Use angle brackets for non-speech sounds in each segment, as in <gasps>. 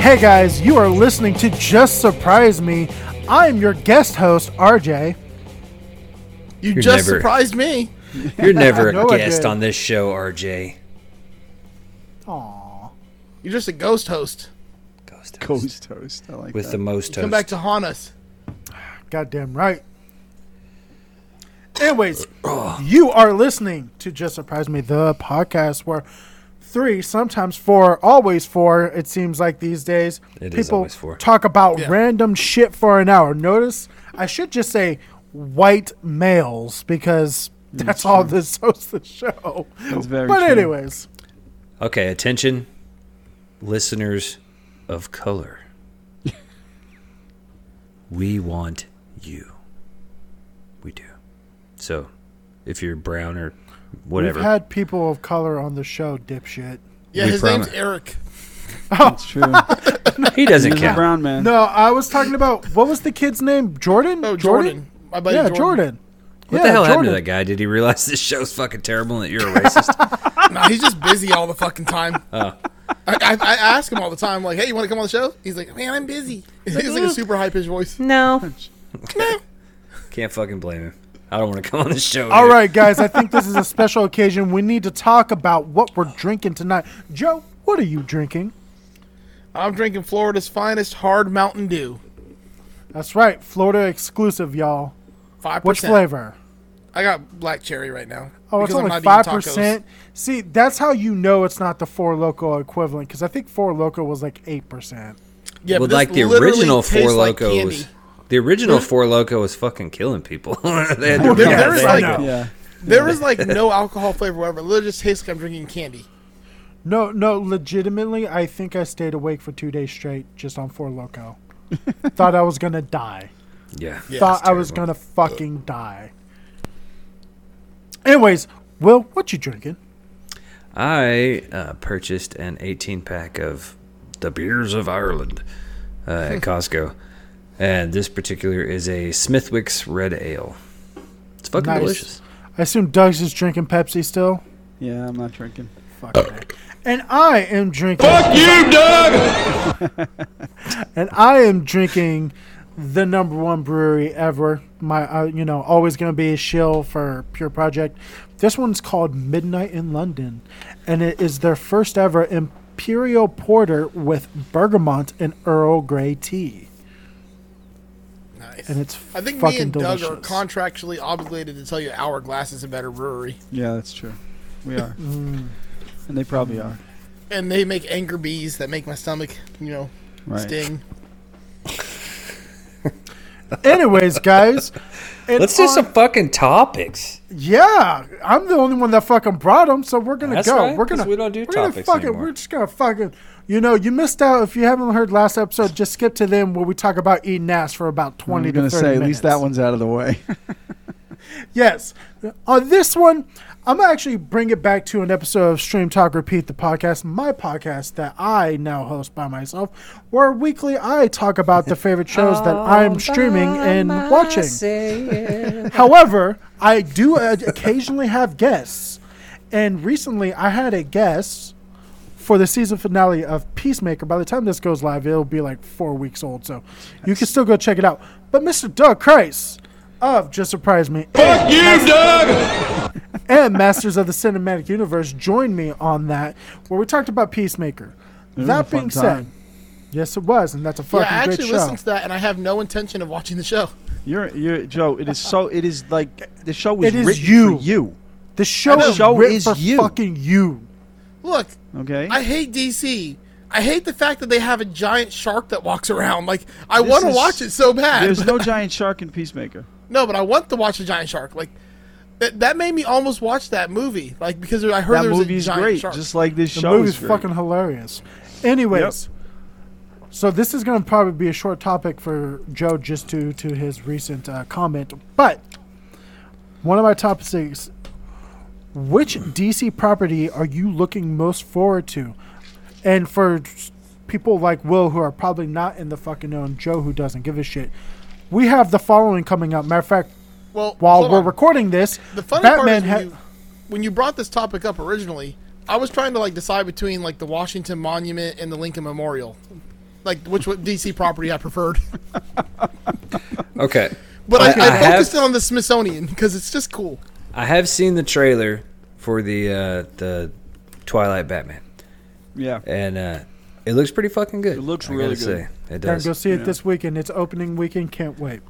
Hey guys, you are listening to Just Surprise Me. I'm your guest host, RJ. You You're just never- surprised me. You're never No, <laughs> a I guest did. on this show, RJ. Aww. You're just a ghost host. Ghost host. <laughs> Ghost toast. I like with that. <laughs> the most Come host. back to haunt us. Goddamn right. <clears throat> Anyways, you are listening to Just Surprise Me, the podcast where three, sometimes four, always four, it seems like these days, It is people always four. talk about Yeah. random shit for an hour. Notice I should just say white males because that's all this hosts the show. That's very but, true. anyways, okay, attention, listeners <laughs> of color. we want you. We do. So, if you're brown or whatever, we've had people of color on the show, dipshit. Yeah, We his promise. name's Eric. That's <laughs> true. He's he doesn't a count. brown man. No, I was talking about what was the kid's name? Jordan? Oh, Jordan. My buddy Yeah, Jordan. Jordan. What yeah, the hell happened Jordan. to that guy? Did he realize this show's fucking terrible and that you're <laughs> a racist? Nah, he's just busy all the fucking time. Oh. I, I, I ask him all the time, like, "Hey, you want to come on the show?" He's like, "Man, I'm busy." <laughs> He's like a super high pitched <laughs> voice. no. Can't fucking blame him. I don't want to come on this show. All either. right, guys, I think this is a special occasion. We need to talk about what we're drinking tonight. Joe, what are you drinking? <laughs> I'm drinking Florida's finest hard Mountain Dew. That's right, Florida exclusive, y'all. Five What percent. flavor? I got black cherry right now. Oh, it's because I'm only not five eating percent. See, that's how you know it's not the four loco equivalent because I think four loco was like eight percent. tacos. Yeah, Well, but this like the literally original tastes Four like Locos. candy. the original Four Loco was fucking killing people. <laughs> they had to There- run there out is of like- alcohol. Yeah. There <laughs> is like no alcohol flavor, whatever. It literally just tastes like I'm drinking candy. No, no, legitimately, I think I stayed awake for two days straight just on four loco. Thought I was gonna die. yeah. Thought I was gonna fucking die. Anyways, Will, what you drinking? I uh, purchased an 18 pack of the beers of Ireland uh, at Costco, and this particular is a Smithwick's Red Ale. It's fucking Nice. delicious. I assume Doug's is drinking Pepsi still. Yeah, I'm not drinking. Fuck man. And I am drinking. Fuck you, Doug. <laughs> and I am drinking the number one brewery ever. My, uh, you know, always gonna be a shill for Pure Project. This one's called Midnight in London, and it is their first ever imperial porter with bergamot and Earl Grey tea. Nice. And it's I think me fucking and delicious. Doug are contractually obligated to tell you our glass is a better brewery, Yeah, that's true. We are. <laughs> and they probably are. and they make anger bees that make my stomach, you know, Right. sting. Anyways, guys, and Let's do on- some fucking topics. Yeah, I'm the only one that fucking brought them, so we're gonna That's go. right, we're gonna 'cause we don't do we're gonna topics fucking, anymore. We're just gonna fucking. You know, you missed out if you haven't heard last episode. Just skip to them where we talk about eating ass for about I'm 20 going to to 30 say, minutes. at least that one's out of the way. <laughs> Yes. On this one, I'm gonna actually bring it back to an episode of Stream Talk Repeat, the podcast, my podcast that I now host by myself, where weekly I talk about the favorite shows <laughs> that I'm streaming and watching. However, I do uh, occasionally have guests, and recently I had a guest for the season finale of Peacemaker. By the time this goes live, it'll be like four weeks old, so you can still go check it out. But Mr. Doug Kreis of Just Surprise Me and Masters of the Cinematic Universe joined me on that, where we talked about Peacemaker. was a that fun being said, time. yes, it was, and that's a Yeah, I fucking great actually show. listened to that, and I have no intention of watching the show. You're, you're, Joe, it is so, it is like, the show was It is written you. for you. The show, know. is Show written is for you. fucking you. Look, Okay? I hate DC. I hate the fact that they have a giant shark that walks around. Like, I This want to is- watch it so bad. There's but- no giant shark in Peacemaker. no, but I want to watch the giant shark. Like, that, that made me almost watch that movie. Like, because I heard That there was a movie's giant great, shark. just like this The show movie's is great. fucking hilarious. Anyways, so this is going to probably be a short topic for Joe just to to his recent uh, comment, but one of my topics is which DC property are you looking most forward to? And for s- people like Will who are probably not in the fucking know and Joe who doesn't give a shit, we have the following coming up. Matter of fact, well, while hold we're on. recording this, The funny Batman part is when, ha- you, when you brought this topic up originally, I was trying to like decide between like the Washington Monument and the Lincoln Memorial. like which what DC property I preferred. <laughs> Okay. But I- I, I, I have- focused on the Smithsonian because it's just cool. I have seen the trailer for the uh, the Twilight Batman, Yeah. and uh, it looks pretty fucking good. It looks I really gotta good. Say. Darren, It does. go see it Yeah. this weekend. It's opening weekend. Can't wait.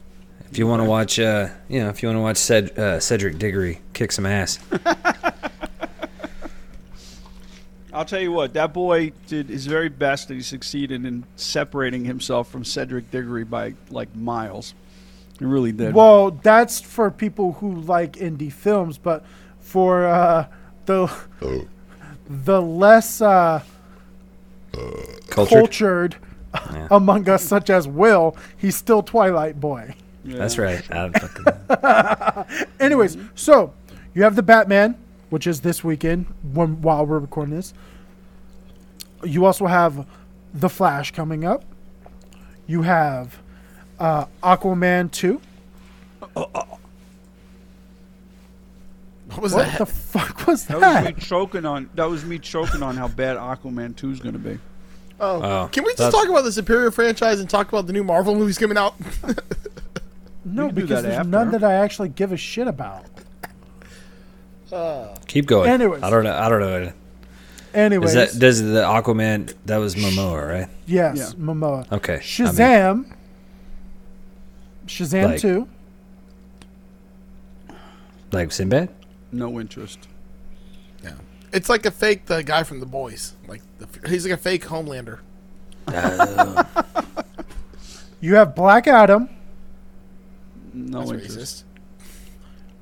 If you want to watch, uh, you know, if you want to watch Ced- uh, Cedric Diggory kick some ass, I'll tell you what, that boy did his very best and he succeeded in separating himself from Cedric Diggory by like miles. He really did. Well, that's for people who like indie films, but for uh, the Oh. the less uh, culture. cultured Yeah. <laughs> among us, such as Will, he's still Twilight Boy. Yeah. That's right. I fucking- Anyways, so you have the Batman, which is this weekend when while we're recording this. You also have the Flash coming up. You have uh, Aquaman two. What was What that? the fuck was That that? was <laughs> me choking on that was me choking on how bad Aquaman 2 is going to be. oh. Oh, Can we just that's- talk about the Superior franchise and talk about the new Marvel movies coming out? no, can do because that there's after. none that I actually give a shit about. keep going. Anyways. I don't know. I don't know. Anyways, Is that does the Aquaman? That was Momoa, right? yes, yeah. Momoa. Okay. I mean, Shazam. Shazam Like- two. like Sinbad. No interest. Yeah. It's like a fake the guy from The Boys. Like the, he's like a fake Homelander. You have Black Adam. No That's interest. racist.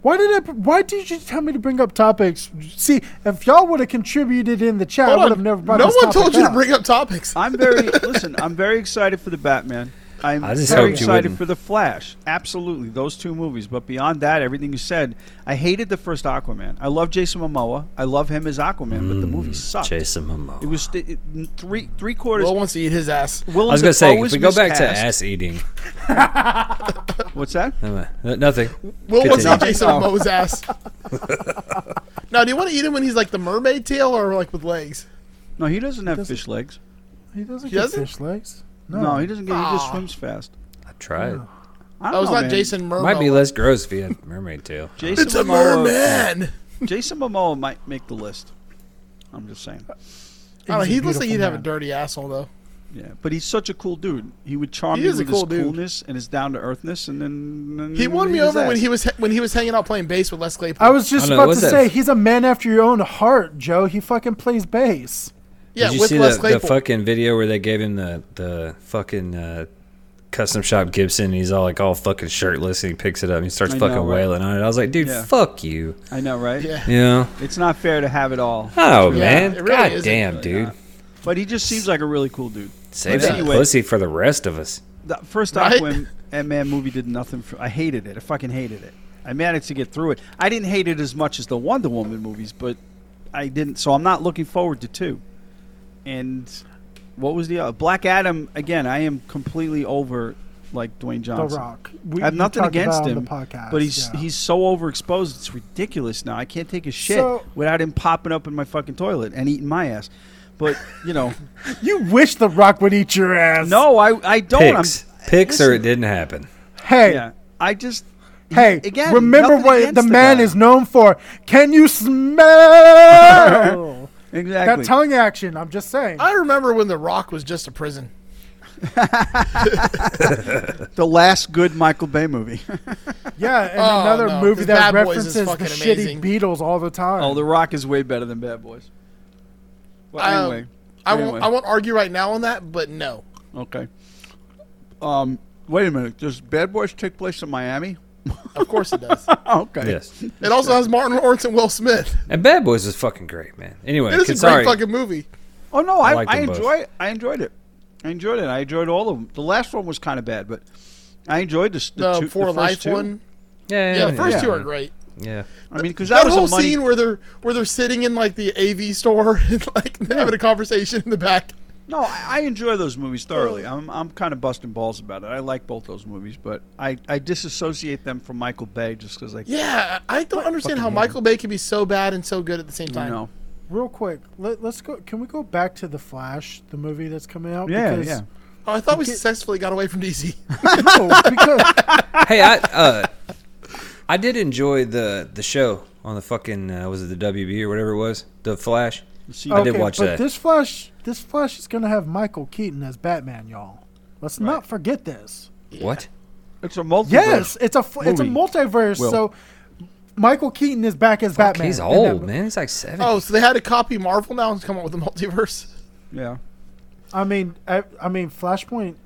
Why did I? Why did you tell me to bring up topics? See, if y'all would have contributed in the chat, I Hold would have on. never brought no this one topic told you up. to bring up topics. <laughs> I'm very listen, I'm very excited for the Batman. I'm I just very hoped you excited wouldn't. for the Flash. Absolutely, those two movies. But beyond that, everything you said, I hated the first Aquaman. I love Jason Momoa. I love him as Aquaman, but the movie sucked. Mm, Jason Ah. It Momoa. was st- it- n- three three quarters. Will wants to eat his ass. I was going gonna say if we go back to ass eating, What's that? uh, nothing. Will wants to eat Continue. Jason Oh. Momoa's <laughs> ass. now, do you want to eat him when he's like the mermaid tail or like with legs? No, he doesn't have fish legs. He doesn't He get doesn't? fish legs. No, he doesn't get. He just Aw. swims fast. I tried. I don't That was know, Ah. Oh, not man. Jason Momoa. Might be less gross if he had mermaid tail. Jason It's a Momoa, merman. Jason Momoa might make the list. I'm just saying. I don't know, He's a he looks beautiful like he'd have a man. dirty asshole though. Yeah, but he's such a cool dude. He would charm He you is a with cool his dude. coolness and his down to earthness, and then, then He won me does over that. when he was when he was hanging out playing bass with Les Claypool. I was just I know, about to what's that? say he's a man after your own heart, Joe. He fucking plays bass. yeah, Did you with see Les the, the Claypool. fucking video where they gave him the the fucking uh, custom shop Gibson? And he's all like all fucking shirtless, and he picks it up and he starts I know, fucking right? wailing on it. I was like, dude, Yeah. fuck you. I know, right? yeah, You know? It's not fair to have it all. Oh Yeah, man, it really god isn't damn, really dude, not. But he just seems like a really cool dude. save But some anyway- pussy for the rest of us. The first Right? Aquaman Man movie did nothing for. I hated it. I fucking hated it. I managed to get through it. I didn't hate it as much as the Wonder Woman movies, but I didn't. So I'm not looking forward to two. And what was the other? Black Adam? Again, I am completely over like Dwayne Johnson. The Rock. We, I have you nothing talked against about it him, on the podcast, but he's yeah. he's so overexposed. It's ridiculous now. I can't take a shit So- without him popping up in my fucking toilet and eating my ass. But <laughs> you know, You wish The Rock would eat your ass. no, I I don't. Picks, I'm, picks, or it listen. didn't happen. Hey, yeah, I just hey. Again, remember nothing what against the the man guy. is known for. Can you <laughs> Oh. smell that exactly. tongue action? I'm just <laughs> saying. I remember when The Rock was just a prison. the last good Michael Bay movie. <laughs> Yeah, and Oh, another no, movie 'cause that Bad Boys references is the fucking shitty amazing. Beatles all the time. oh, The Rock is way better than Bad Boys. Well, Um, anyway, I Anyway. won't I won't argue right now on that, but no. okay. Um, wait a minute. Does Bad Boys take place in Miami? Oh, Of course it <laughs> does. okay. Yes, it also has Martin Lawrence and Will Smith. and Bad Boys was fucking great, man. It Anyway, is a great sorry. fucking movie. Oh no, I I, liked I, them both. enjoy I enjoyed it. I enjoyed it. I enjoyed all of them. The last one was kind of bad, but I enjoyed the, s- the, The two, For the first Life two. one. yeah, Yeah, the first yeah. two are great. yeah. I mean, because That, that, was whole a money. scene where they're where they're sitting in like the AV store <laughs> and like having a conversation in the back. No, I, I enjoy those movies thoroughly. Oh. I'm I'm kind of busting balls about it. I like both those movies, but I, I disassociate them from Michael Bay just because I Yeah, I don't understand how Michael Bay can be so bad and so good at the same time. you know. Real quick, let, let's go. Can we go back to the Flash, the movie that's coming out? Yeah, because yeah. Oh, I thought we successfully got away from <laughs> DC. <laughs> No, because hey, I uh, <laughs> I did enjoy the the show on the fucking uh, was it the WB or whatever it was, the Flash. See, <laughs> I did watch but that. this Flash, this Flash is gonna have Michael Keaton as Batman, y'all. Let's not forget this. What? It's a multiverse. Yes, it's a fl- it's a movie. multiverse. Will. So Michael Keaton is back as Batman. He's in old, that- man. He's like seven. oh, so they had to copy Marvel now and come up with a multiverse. Yeah. I mean, I, I mean, Flashpoint.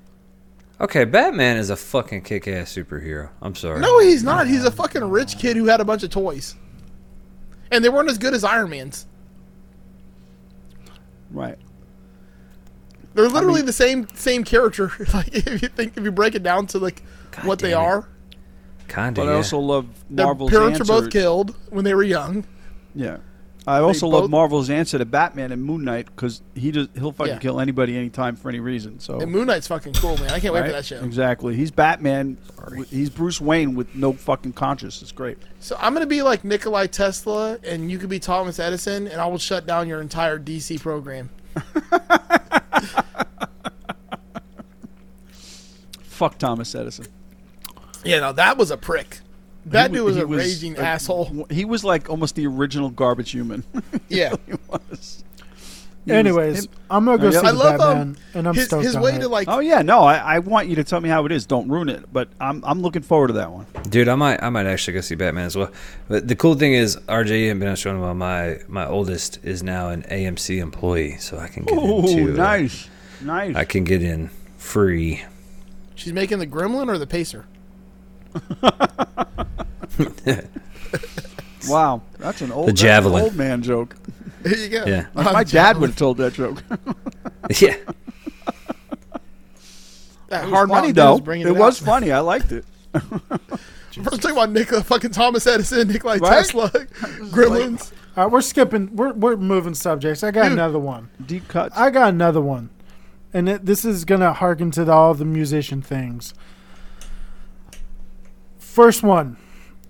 Okay, Batman is a fucking kick-ass superhero. I'm sorry. No, he's not. He's a fucking rich kid who had a bunch of toys, and they weren't as good as Iron Man's. Right. They're literally the same same character. <laughs> like if you think if you break it down to like God what they damn it. are, kind But of. I yeah. also love their Marvel's parents answer. were both killed when they were young. Yeah. I also love both- Marvel's answer to Batman and Moon Knight because he just he'll fucking Yeah. kill anybody anytime for any reason. So And Moon Knight's fucking cool, man. I can't wait Right? for that show. exactly, he's Batman. w- He's Bruce Wayne with no fucking conscience. It's great. So I'm gonna be like Nikolai Tesla, and you could be Thomas Edison, and I will shut down your entire DC program. Fuck Thomas Edison. Yeah, no, that was a prick. That He dude wa- was he a raging a- <laughs> asshole. w- He was like almost the original garbage human. <laughs> Yeah, he was. He was- Anyways, I'm gonna go Yep. see I the love, um, Batman, and I'm his, stoked his on way it. to like oh yeah, no, I, I want you to tell me how it is. Don't ruin it. But I'm I'm looking forward to that one. Dude, I might I might actually go see Batman as well. But the cool thing is RJ and Ben Shonwell, my my oldest is now an AMC employee, so I can get into uh, nice, nice. I can get in free. <laughs> she's making the Gremlin or the Pacer. <laughs> wow, that's an old The that's an javelin. old man joke. There you go. Yeah. Uh, My dad would have told that joke. yeah. that <laughs> Hard hard funny Mountain Dew though. is bringing it out. <laughs> was funny. I liked it. First talking about Nikola fucking Thomas Edison, Nikolai Right? Tesla, Gremlins. All right, we're skipping. We're we're moving subjects. I got Dude. another one. Deep cuts. I got another one, and it, this is gonna harken to the, all the musician things. First one,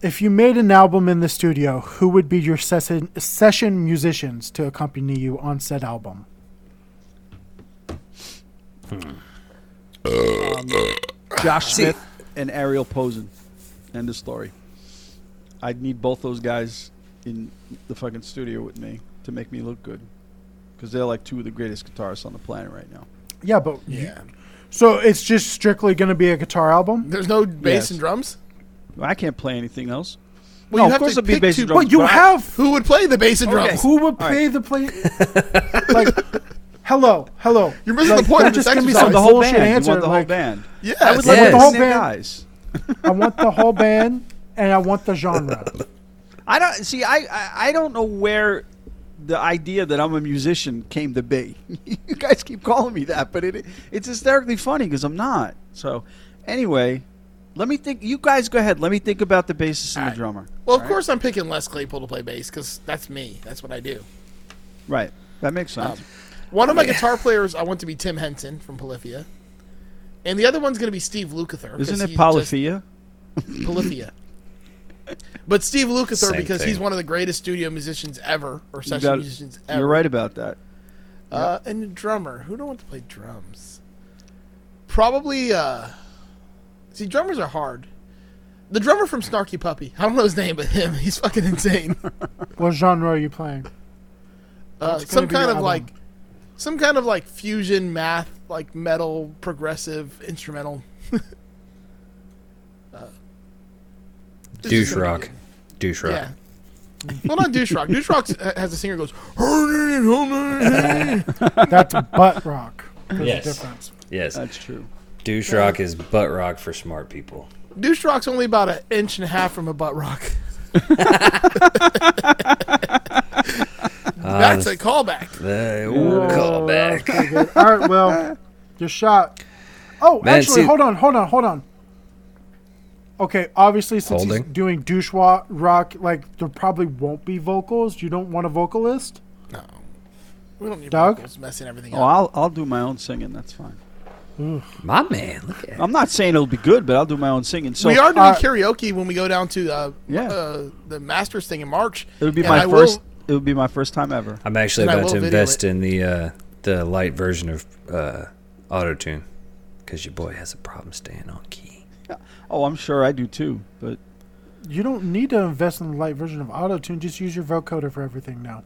if you made an album in the studio, who would be your session session musicians to accompany you on said album? Josh Smith and Ariel Posen. End of story. I'd need both those guys in the fucking studio with me to make me look good. Because they're like two of the greatest guitarists on the planet right now. Yeah, but Yeah. so it's just strictly gonna be a guitar album. There's no bass Yes. and drums. I can't play anything else. Well, no, you have of course to it'd be pick bass two- and drums. But you but I- have Who would play the bass and drums? who would play the play? like, hello, hello. You're missing Like, the point don't of this just give me exercise. some the whole bullshit band. You answer. want the whole like, band. Yes. I would like like Yes. the the whole band. guys. I want the whole band, and I want the genre. I don't see. I, I I don't know where the idea that I'm a musician came to be. <laughs> you guys keep calling me that, but it it's hysterically funny because I'm not. So, anyway, let me think. You guys go ahead. Let me think about the bassist and the drummer. well, of course I'm picking Les Claypool to play bass because that's me. That's what I do. Right. That makes sense. Um, One of my guitar players, I want to be Tim Henson from Polyphia, and the other one's going to be Steve Lukather. 'cause Isn't it he's just Polyphia? Polyphia. But Steve Lukather, Same because he's thing. one of the greatest studio musicians ever, or You session got musicians it. ever. You're right about that. Uh, and a drummer. Who don't want to play drums? Probably. Uh, see, drummers are hard. The drummer from Snarky Puppy. I don't know his name, but him. He's fucking insane. What genre are you playing? Uh, What's gonna some be your kind of album? like, some kind of like fusion math, like metal progressive instrumental. <laughs> Uh, this is Douche gonna be rock. good. Douche rock. Yeah. <laughs> well, not douche rock. Douche rock has a singer who goes. <laughs> That's butt rock. There's Yes. a difference. Yes. That's true. Douche rock is butt rock for smart people. douche rock's only about an inch and a half from a butt <laughs> rock. <laughs> Uh, That's a callback. the- ooh, call back. Okay, good. All right, well, your shot. Oh, Man, actually, see- hold on, hold on, hold on. Okay, obviously, since Holding. he's doing douche wa- rock, like there probably won't be vocals. You don't want a vocalist. No. We don't need Doug? vocals messing everything Oh, up. I'll I'll do my own singing. That's fine. <laughs> My man, look at I'm not saying it'll be good, but I'll do my own singing. So we are doing uh, karaoke when we go down to uh, Yeah. uh, the Masters thing in March. It'll be and my I will- first. It would be my first time ever. <laughs> I'm actually And I about will to video invest it. in the uh, the light version of uh, auto tune. because your boy has a problem staying on key. Oh, I'm sure I do too. <laughs> But You don't need to invest in the light version of AutoTune. Just use your vocoder for everything now.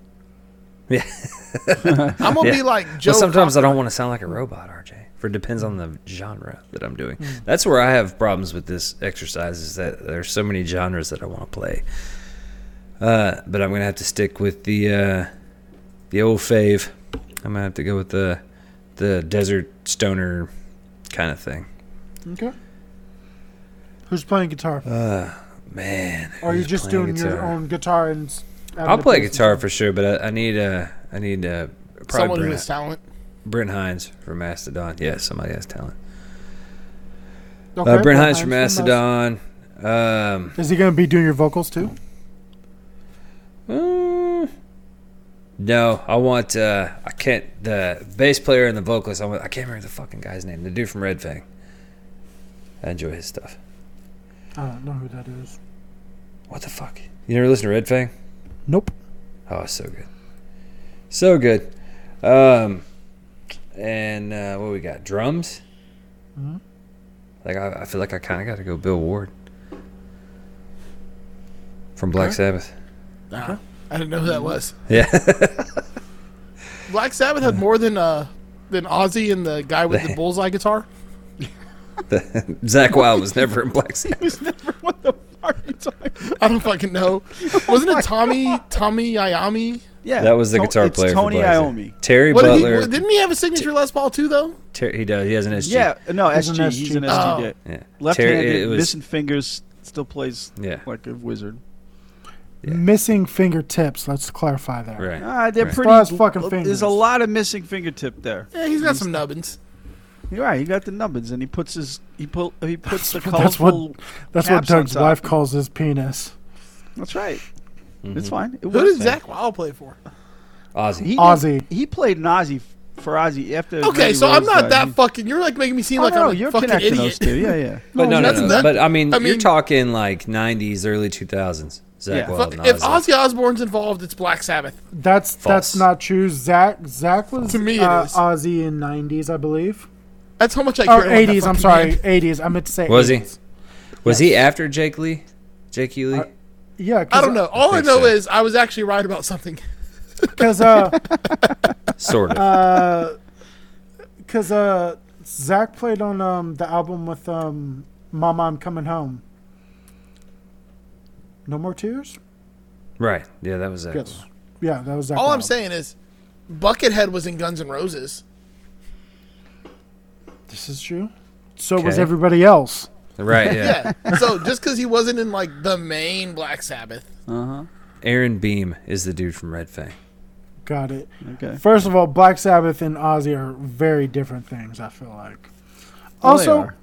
I'm gonna Yeah. be like Joe. But sometimes I don't want to sound like a robot, RJ. For it depends on the genre that I'm doing. Hmm. That's where I have problems with this exercise is that there's so many genres that I want to play. Uh, but I'm gonna have to stick with the uh, the old fave. I'm gonna have to go with the the desert stoner kind of thing. Okay. Who's playing guitar? Man, or are you Uh, who's just playing doing your guitar? own guitar and? s- adding I'll the play bass and guitar stuff? for sure, but I, I need uh, I need uh, someone probably who Brent, has talent. Brent Hines from Mastodon. Yeah, somebody has talent. Okay, uh, Brent Hines from Mas- Mastodon. Um, Is he going to be doing your vocals too? mm, no, I want. Uh, I can't. The bass player and the vocalist. I, want, I can't remember the fucking guy's name. The dude from Red Fang. I enjoy his stuff. I don't know who that is. What the fuck? You never listen to Red Fang? Nope. Oh, it's so good. So good. Um, and uh, what we got? Drums? Mhm. Like, I, I feel like I kind of got to go Bill Ward from Black Sabbath. Nah, I didn't know who that was. Yeah. Black Sabbath had more than uh than Ozzy and the guy <laughs> with the bullseye guitar. <laughs> Zach Wild was never in <laughs> Black Sabbath. what the fuck are you talking? I don't fucking know. Wasn't <laughs> it Tommy Tommy Iommi? Yeah, That was the To- guitar it's player. for Tony Black Sabbath. Iommi. Terry What did he, Butler. what- didn't he have a signature Les Paul too though? Ter- he does. He has an SG. Yeah, no, He's an SG. He's SG. an SG. yeah. Yeah. Left-handed, Terry, it was, missing fingers, still plays Yeah. like a wizard. Yeah. Missing fingertips. Let's clarify that. Right. Ah, they're Right. pretty. Well, it's fucking fingers. there's a lot of missing fingertip there. Yeah, he's got some nubbins. You're right. He got the nubbins, and he puts his he pull <laughs> he puts the That's what- colorful. That's what caps on Doug's top. wife calls his penis. That's right. Mm-hmm. It's fine. It Who works. did Zach Wild play for? Ozzy. He Ozzy. did- he played an Ozzy f- for Ozzy after. Okay, Randy so I'm Rhoads not died. that He- fucking. You're like making me seem Oh, like no, I'm a you're fucking connecting those idiot. two. Yeah, yeah. But no, no, that's- no. that- but I mean, I you're mean- talking like 90s, early 2000s. Zach Yeah. Wild. Fuck, and If Ozzy. Ozzy Osbourne's involved, it's Black Sabbath. That's that's False. not true. Zach Zach was To me it uh, is. Ozzy in nineties, I believe, That's how much I care. or about that eighties. I'm fucking sorry, band. eighties. I meant to say Was he? 80s. Was he after Jake Lee? Jake Lee? Uh, I- Yeah, I don't know. All I, think know so. is I was actually right about something. because <laughs> uh sort of. uh, because uh Zach played on um the album with um Mama I'm Coming Home. No more tears. right. Yeah, that was Zach. Yes. Yeah, that was Zach. All I'm Wild. saying is, Buckethead was in Guns N' Roses. This is true. So was Okay. everybody else. <laughs> Right, yeah. Yeah. so just because he wasn't in like the main Black Sabbath, Uh Aaron Beam is the dude from Red Fang. Got it. huh. Okay. First of all, Black Sabbath and Ozzy are very different things. I feel like. Well, they Also, are.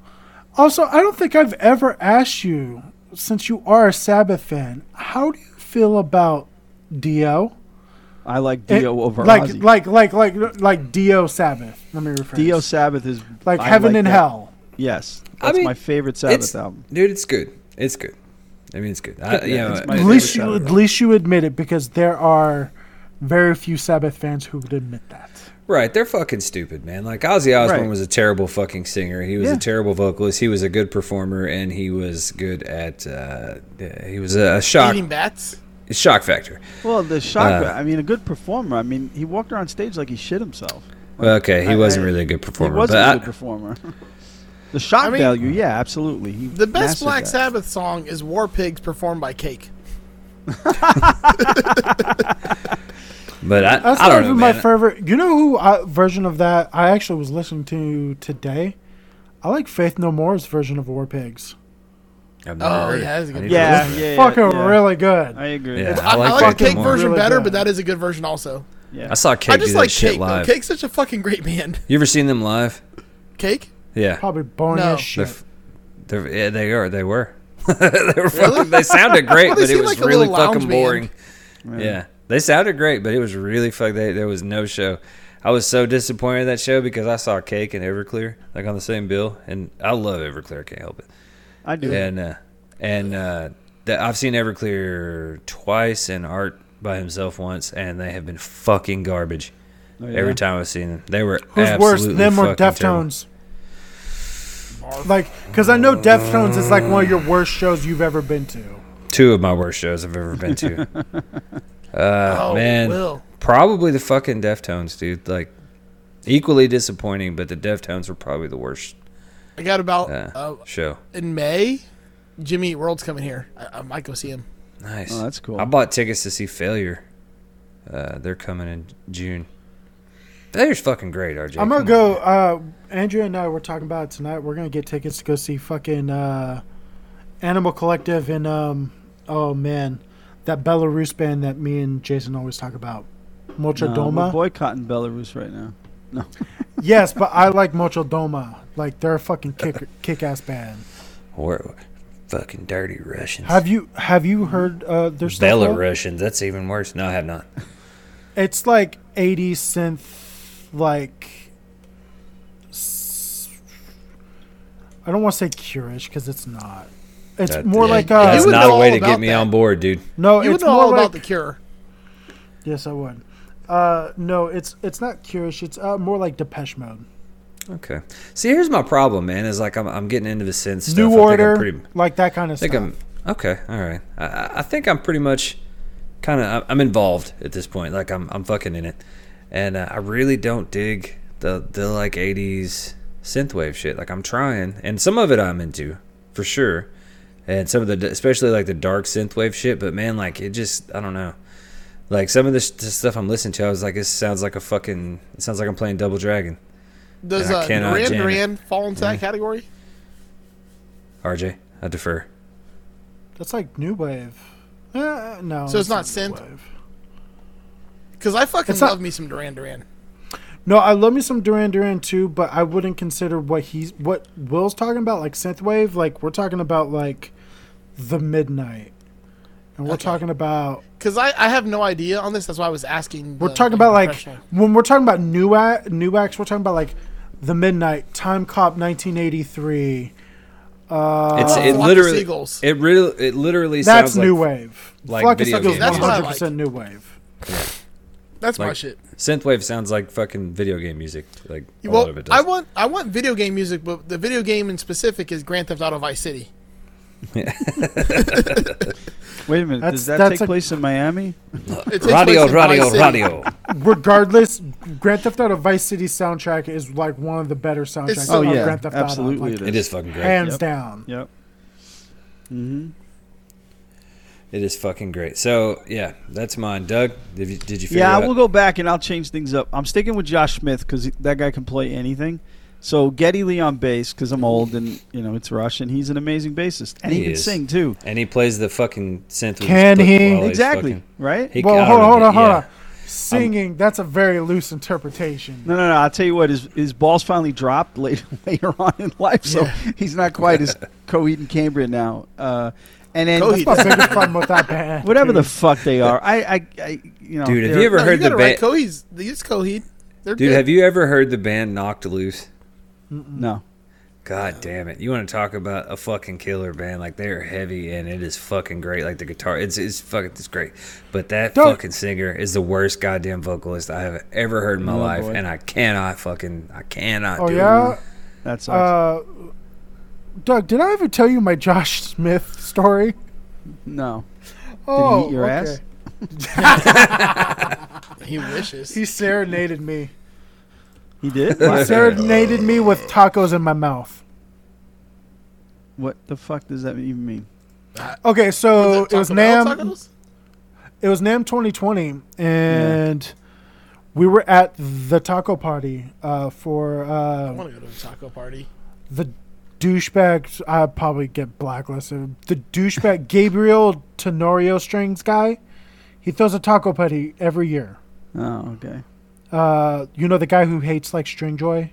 also, I don't think I've ever asked you, since you are a Sabbath fan, how do you feel about Dio? I like It- Dio over Eh, like, Ozzy. like, like, like, like Dio Sabbath. Let me rephrase. Dio Sabbath is like I heaven and that. hell. Yes, I that's mean, my favorite It's, Sabbath album. dude, it's good. It's good. I mean, it's good. I, you Yeah, know, it's my At favorite least you, Sabbath at least you admit it, because there are very few Sabbath fans who would admit that. Right, they're fucking stupid, man. Like Ozzy Osbourne Right. was a terrible fucking singer. He was a Yeah. terrible vocalist. He was a good performer, and he was good at. Uh, uh, he was a shock eating bats. shock factor. Well, the shocker. Uh, I mean, a good performer. I mean, he walked around stage like he shit himself. Okay, he I- wasn't I- really a good performer, he was but a I- good performer. the shock I mean, value, yeah, absolutely. He The best mastered Black that. Sabbath song is War Pigs performed by Cake. but I, That's I not don't even know, my man. favorite. You know who I, version of that I actually was listening to today? I like Faith No More's version of War Pigs. I've never Oh, heard yeah, it. that's a I good need to Yeah, listen yeah, to it. yeah, Fucking yeah. really good. I agree. Yeah. I, I like, Faith the No Cake More. version Really better, good. but that is a good version also. yeah. I saw Cake I just do that like shit Cake. though. live. Cake's such a fucking great band. <laughs> You ever seen them live? Cake? Yeah, Probably boring No. as They're shit. f- they're, yeah, they are. They were. <laughs> they were fucking, <laughs> They sounded great, Well, they but it seem was like a really little lounge fucking boring. Yeah. Yeah, they sounded great, but it was really fuck. They, there was no show. I was so disappointed in that show because I saw Cake and Everclear like on the same bill, and I love Everclear. I can't help it. I do. And uh, and uh, that I've seen Everclear twice and Art by himself once, and they have been fucking garbage. Oh, yeah. Every time I've seen them, they were Who's worse, absolutely them or fucking terrible. Deftones? Like, because I know Deftones is like one of your worst shows you've ever been to. Two of my worst shows I've ever been to. <laughs> uh, Oh, man. Will. Probably the fucking Deftones, dude. Like, equally disappointing, but the Deftones were probably the worst I got about uh, uh, show. in May. Jimmy Eat World's coming here. I, I might go see him. Nice. Oh, that's cool. I bought tickets to see Failure. Uh, they're coming in June. Failure's fucking great, RJ. I'm gonna Come on. go. Uh, Andrea and I were talking about it tonight. We're gonna get tickets to go see fucking uh, Animal Collective and um, oh man, that Belarus band that me and Jason always talk about, Mocho No, Doma. we're <laughs> boycotting Belarus right now. No, yes, but I like Mocho Doma. Like they're a fucking kick kick ass band. We're fucking dirty Russians. Have you have you heard uh, their stuff? though? Belarusians. That's even worse. No, I have not. It's like 80s synth, like. s- I don't want to say curish because it's not. It's That- more yeah, like yeah, uh, that's You would not a know way all to get about me that. on board, dude. no. You would it's know more all like, about the Cure. Yes, I would. Uh, no, it's it's not curish. It's uh, more like Depeche Mode, Okay. See, here's my problem, man. Is like I'm, I'm getting into the synth stuff. I New think I'm Order, pretty- like that kind of I think stuff. I'm okay. All right. I- I, I think I'm pretty much kind of I'm involved at this point. Like I'm I'm fucking in it, and uh, I really don't dig the the like '80s synthwave shit. Like I'm trying, and some of it I'm into for sure, and some of the especially like the dark synthwave shit. But man, like it just I don't know. Like some of this, this stuff I'm listening to, I was like, this sounds like a fucking. It sounds like I'm playing Double Dragon. Does I uh, cannot Duran jam it. Mm-hmm. Duran fall into that category? RJ, I defer. That's like new wave. Uh, no, So it's not new synth? wave. Because I fucking It's not- love me some Duran Duran. No, I love me some Duran Duran too, but I wouldn't consider what he's what Will's talking about like synthwave. Like we're talking about like the midnight, and we're Okay. talking about Because I, I have no idea on this. That's why I was asking. we're the- talking about like professional. when we're talking about new act, new acts. We're talking about like the midnight time cop 1983. Uh, It's Flock it of literally Seagulls. it really it literally that's sounds like new wave. like Flock of video Seagulls games. That's what I 100 like. percent new wave. That's my like- shit. Synthwave sounds like fucking video game music. Like a Well, lot of it I does. want I want video game music, but the video game in specific is Grand Theft Auto Vice City. wait a minute. That's- Does that that's take a- place in Miami? It takes radio, place in radio, Vice <laughs> City. radio. Regardless, Grand Theft Auto Vice City soundtrack is like one of the better soundtracks. Oh, of yeah, Grand Theft absolutely Auto, it like, It is fucking great. hands Yep. down. Yep. Mm-hmm. It is fucking great. So yeah, that's mine. Doug, did you, did you figure Yeah, it I out? will go back and I'll change things up. I'm sticking with Josh Smith because that guy can play anything. So Geddy Lee on bass because I'm old and you know it's Russian. He's an amazing bassist and he, He can is. sing too. And he plays the fucking synth. with Can his foot he? while he's exactly fucking- right. he Well, got hold it, on, hold on, hold yeah. on. Singing, that's a very loose interpretation. no, no, no. I'll tell you what. His his balls finally dropped <laughs> later later on in life, so <laughs> he's not quite as coed and Cambria now. Uh, and then That's my biggest problem with that band. <laughs> whatever the dude. fuck they are, I, I, I you know, Dude, have they're- you ever No, heard you the gotta write band? Coheed. It's Coheed. They're Dude, good. have you ever heard the band Knocked Loose? no. God damn it! You want to talk about a fucking killer band? Like they're heavy and it is fucking great. Like the guitar, it's it's fucking it's great. But that Don't- fucking singer is the worst goddamn vocalist I have ever heard in my Oh, life, boy. and I cannot fucking I cannot. Oh do it. yeah, That's uh, Doug, did I ever tell you my Josh Smith story? no. Oh, eat your ass? He wishes. He serenaded <laughs> me. <laughs> He did. He Why- serenaded me with tacos in my mouth. what the fuck does that even mean? Okay, so it was Taco Bell Nam. tacos? It was Nam 2020, and we were at the taco party uh, for uh, I want to go to a taco party. the douchebag I probably get blacklisted. The douchebag Gabriel Tenorio strings guy. He throws a taco party every year. Oh, okay. Uh, you know the guy who hates like string joy,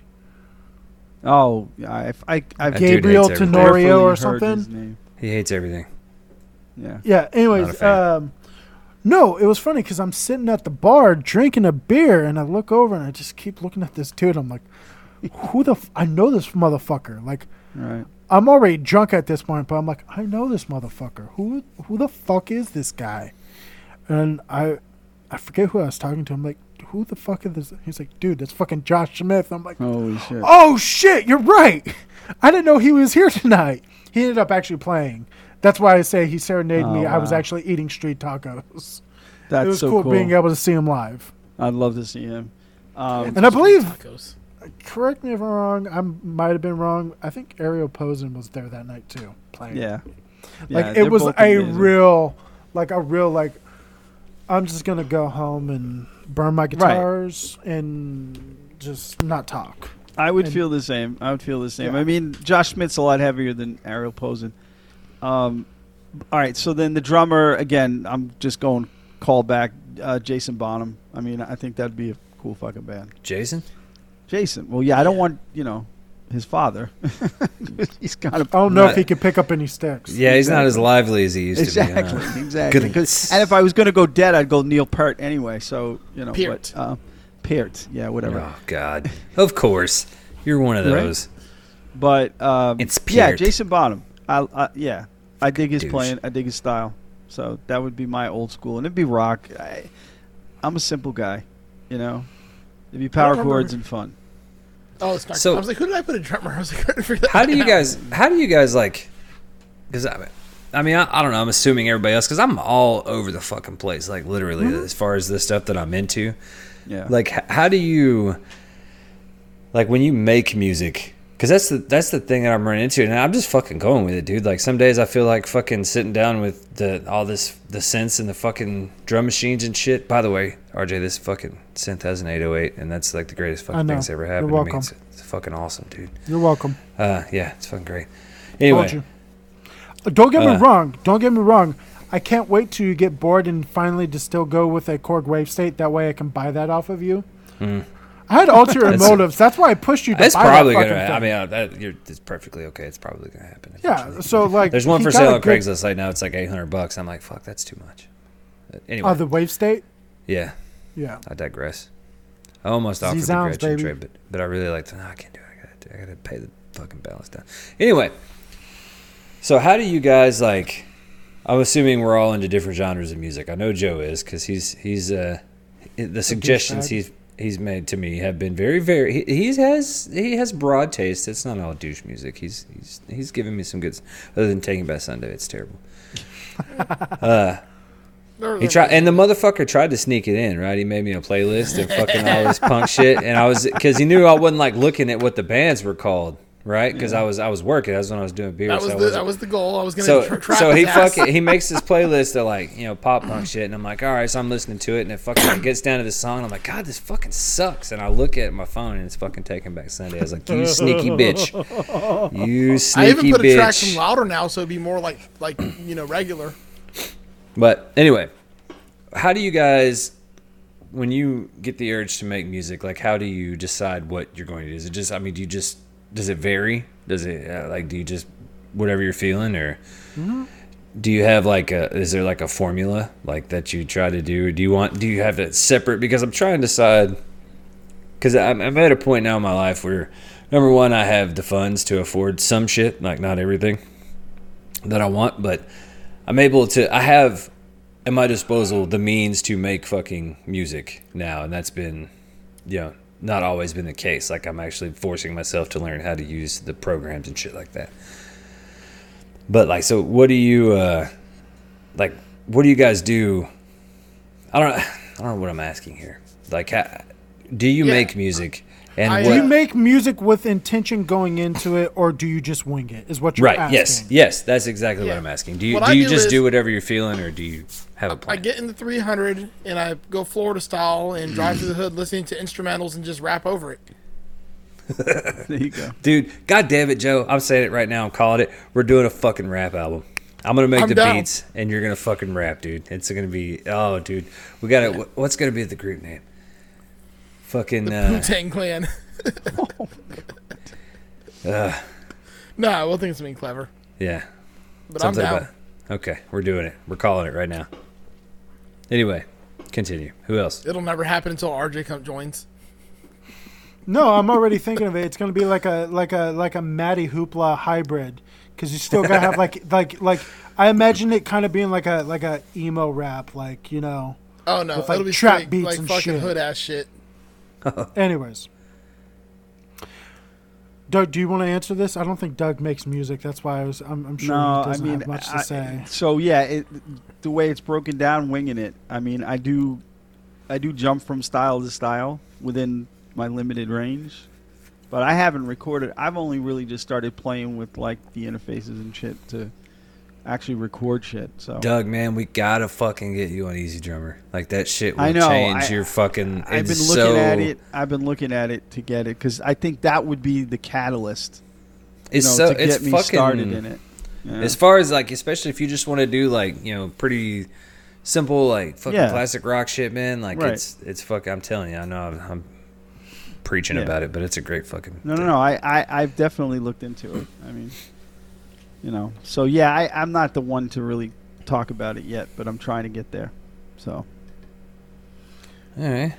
Oh, I, I, dude I've hates Gabriel everything. barely Tenorio or heard his something. name. He hates everything. Yeah. Yeah. Not a Anyways, fan. um, no, it was funny because I'm sitting at the bar drinking a beer, and I look over and I just keep looking at this dude. I'm like, who the? F- I know this motherfucker. Like, Right. I'm already drunk at this point, but I'm like, I know this motherfucker. Who who the fuck is this guy? And I I forget who I was talking to. I'm like, who the fuck is this? He's like, dude, that's fucking Josh Smith. I'm like, <gasps> Holy shit. oh shit, you're right. <laughs> I didn't know he was here tonight. He ended up actually playing. That's why I say he serenaded Oh, me. I was wow. actually eating street tacos. That's it was so cool, cool. being able to see him live. I'd love to see him. Um, And I believe- Tacos. Correct me if I'm wrong. I might have been wrong. I think Ariel Posen was there that night too, playing. yeah. like they're it was both a amazing. real, like a real like. I'm just gonna go home and burn my guitars and just not talk. I would and- feel the same. I would feel the same. Yeah. I mean, Josh Schmidt's a lot heavier than Ariel Posen. Um, all right, so then the drummer again. I'm just going call back uh, Jason Bonham. I mean, I think that'd be a cool fucking band. Jason? Jason. Well, yeah, I don't want you know his father. <laughs> He's kind of I don't know Not- if he could pick up any sticks. Yeah, he's not as lively as he used to exactly be. uh, huh? <laughs> exactly. 'Cause- And if I was going to go dead, I'd go Neil Peart anyway. So you know, Peart. but uh, Peart, yeah, whatever. Oh, God. Of course. You're one of Right? those. But um, It's yeah, Peart. Jason Bottom. I, I yeah, I dig his Douche. playing. I dig his style. So that would be my old school, and it'd be rock. I, I'm a simple guy, you know. It'd be power remember- chords and fun. Oh, it's not. So- I was like, who did I put a drummer? I was like, <laughs> I forgot. How do you guys? How do you guys like? Because I, I mean, I, I don't know. I'm assuming everybody else because I'm all over the fucking place. Like literally, Mm-hmm. as far as the stuff that I'm into. Yeah, Like, h- how do you? Like when you make music, because that's the that's the thing that I'm running into, and I'm just fucking going with it, dude. Like some days I feel like fucking sitting down with the all this the synths and the fucking drum machines and shit. By the way, RJ, this fucking synth has an 808, and that's like the greatest fucking know. thing that's ever You're happened to me. welcome. It's, it's fucking awesome, dude. You're welcome. Uh, yeah, it's fucking great. Told Anyway, you. Uh, Don't get Uh. me wrong. Don't get me wrong. I can't wait till you get bored and finally just still go with a Korg wave state. That way, I can buy that off of you. I had <laughs> ulterior Hmm. That's- motives. That's why I pushed you to it's buy probably that gonna. fucking I thing. mean, uh, that, you're, it's perfectly okay. It's probably gonna happen. yeah. eventually. So like, there's one he for got sale a on good- Craigslist right now. It's like 800 bucks. I'm like, fuck, that's too much. Uh, Anyway, Uh, the wave state. yeah, Yeah. I digress. I almost offered the Zsounds, Gretchen baby. trade, but but I really like. No, I can't do it. I gotta, do- I gotta pay the fucking balance down. Anyway, so how do you guys like? I'm assuming we're all into different genres of music. I know Joe is because he's he's uh the suggestions douchebag. he's he's made to me have been very very he he's has he has broad taste. It's not all douche music. He's he's he's given me some good s- other than Taking Back Sunday. It's terrible. He tried, and the motherfucker tried to sneak it in, right? He made me a playlist of fucking all this punk shit, and I was because he knew I wasn't like looking at what the bands were called, right? Because I was I was working. That's when I was doing beer. That was so the I wasn't- that was the goal. I was gonna so try. so he his ass. fucking he makes this playlist of like you know <clears throat> pop punk shit, and I'm like, all right, so I'm listening to it, and it fucking it gets down to the song, and I'm like, God, this fucking sucks, and I look at my phone, and it's fucking Taking Back Sunday. I was like, you sneaky bitch, you I sneaky even put bitch. a track from louder now, so it'd be more like like you know regular. But anyway, how do you guys, when you get the urge to make music, like how do you decide what you're going to do? Is it just, I mean, do you just, does it vary? Does it, uh, like, do you just, whatever you're feeling, or do you have like a, is there like a formula like that you try to do? Or do you want, do you have that separate? Because I'm trying to decide, because I'm, I'm at a point now in my life where, number one, I have the funds to afford some shit, like not everything that I want, but I'm able to, I have, at my disposal the means to make fucking music now and that's been you know not always been the case like i'm actually forcing myself to learn how to use the programs and shit like that but like so what do you uh like what do you guys do i don't i don't know what i'm asking here like how, do you Yeah. make music and I, what Do you make music with intention going into it, or do you just wing it? Is what you're right asking. yes yes that's exactly what Yeah. i'm asking do you What do I you do just is- do whatever you're feeling or do you have a I plan get in the 300 and I go Florida style and drive through the hood listening to instrumentals and just rap over it. <laughs> there you go. Dude, god damn it, Joe. I'm saying it right now. I'm calling it. We're doing a fucking rap album. I'm gonna make I'm the down. beats, and you're gonna fucking rap, dude. It's gonna be oh, dude. We got to What's gonna be the group name? <laughs> Fucking Wu uh, Tang <laughs> Clan. Oh No, I will think it's something clever, yeah. but Something I'm down. about. Okay, we're doing it. We're calling it right now. Anyway, continue. Who else? It'll never happen until RJ come joins. No, I'm already thinking of it. It's gonna be like a like a like a Matty Hoopla hybrid because you still gotta have like like like I imagine it kind of being like a like a emo rap, like you know, Oh no, With, like, it'll be trap straight, beats like and fucking shit. hood ass shit. Anyways, Doug, do you want to answer this? I don't think Doug makes music. That's why I was. I'm, I'm sure no, he I doesn't mean, have much to I- say. so yeah, it, the way it's broken down, winging it. I mean, I do, I do jump from style to style within my limited range, but I haven't recorded. I've only really just started playing with like the interfaces and shit to actually record shit. So Doug, man, we gotta fucking get you on Easy Drummer. Like that shit will I know, change I- your fucking. I've been it's looking so, at it. I've been looking at it to get it because I think that would be the catalyst. you It's know, so. to get It's me fucking. started in it. Yeah. As far as like, especially if you just want to do like you know pretty simple like fucking Yeah. classic rock shit, man. Like Right. it's it's fuck. I'm telling you, I know I'm, I'm preaching Yeah. about it, but it's a great fucking. No, no, thing. no. I, I, I've definitely looked into it. I mean, you know. So yeah, I, I'm not the one to really talk about it yet, but I'm trying to get there. So All right.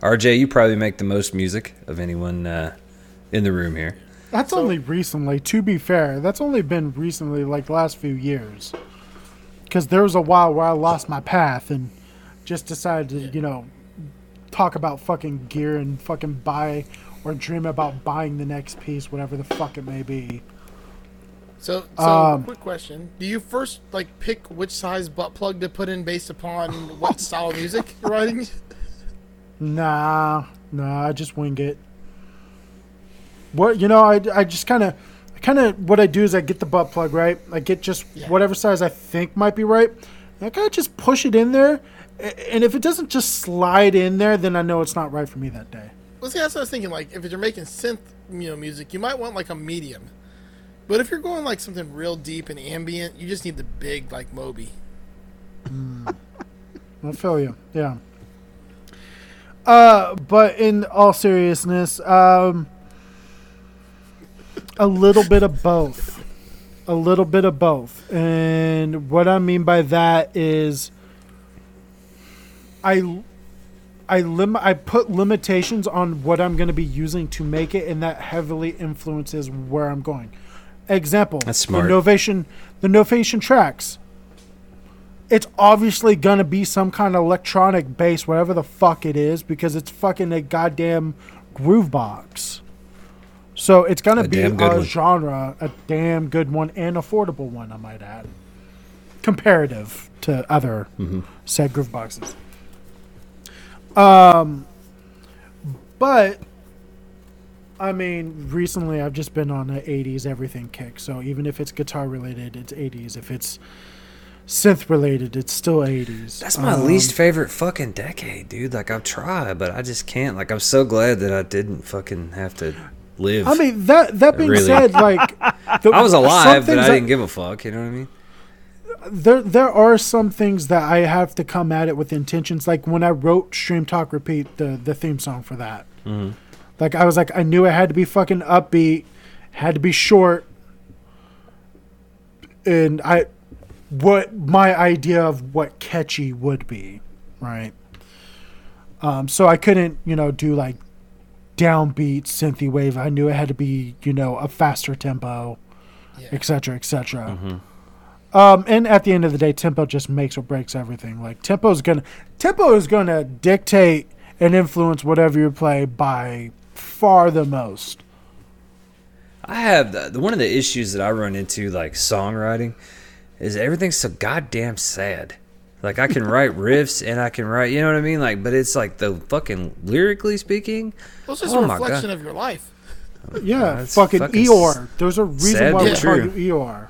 RJ, you probably make the most music of anyone uh, in the room here. That's only recently. To be fair, that's only been recently, like the last few years. Because there was a while where I lost my path and just decided to, you know, talk about fucking gear and fucking buy or dream about buying the next piece, whatever the fuck it may be. So, so Um, quick question: Do you first like pick which size butt plug to put in based upon <laughs> what style of music you're writing? Nah, nah, I just wing it. What you know, I, I just kind of, I kind of what I do is I get the butt plug right. I get just Yeah. whatever size I think might be right. And I kind of just push it in there, a- and if it doesn't just slide in there, then I know it's not right for me that day. Well, see, that's what I was thinking. Like, if you're making synth, you know, music, you might want like a medium. But if you're going like something real deep and ambient, you just need the big like Moby. I feel you. Yeah. Uh, but in all seriousness, um, a little bit of both. A little bit of both. And what I mean by that is I I lim- I put limitations on what I'm going to be using to make it and that heavily influences where I'm going. Example, That's smart. the Novation the Novation tracks it's obviously gonna be some kind of electronic bass, whatever the fuck it is, because it's fucking a goddamn groove box. So it's gonna A be a damn good one. genre, a damn good one and affordable one, I might add. Comparative to other Mm-hmm. said groove boxes. Um but I mean, recently I've just been on an 80s everything kick. So even if it's guitar related, it's 80s. If it's synth related, it's still 80s. That's my Um, least favorite fucking decade, dude. Like I've tried, but I just can't. Like I'm so glad that I didn't fucking have to live. I mean, that that being Really. <laughs> said, like the, I was some alive, but things I that- didn't give a fuck. You know what I mean? there there are some things that I have to come at it with intentions. Like when I wrote Stream Talk Repeat, the the theme song for that. Like I was like, I knew it had to be fucking upbeat, had to be short, and I what my idea of what catchy would be, right? Um, so I couldn't, you know, do like downbeat synthy wave. I knew it had to be, you know, a faster tempo, Yeah. et cetera, et cetera. Um, and at the end of the day, tempo just makes or breaks everything. Like tempo is gonna tempo is gonna dictate and influence whatever you play by far the most. I have the, the- one of the issues that I run into, like songwriting, is everything's so goddamn sad. Like I <laughs> can write riffs and I can write, you know what I mean? Like, but it's like the fucking lyrically speaking, Well, it's just Oh a my reflection God. of your life. Yeah, that's fucking, fucking Eeyore. There's a reason sad why we but call true. you Eeyore.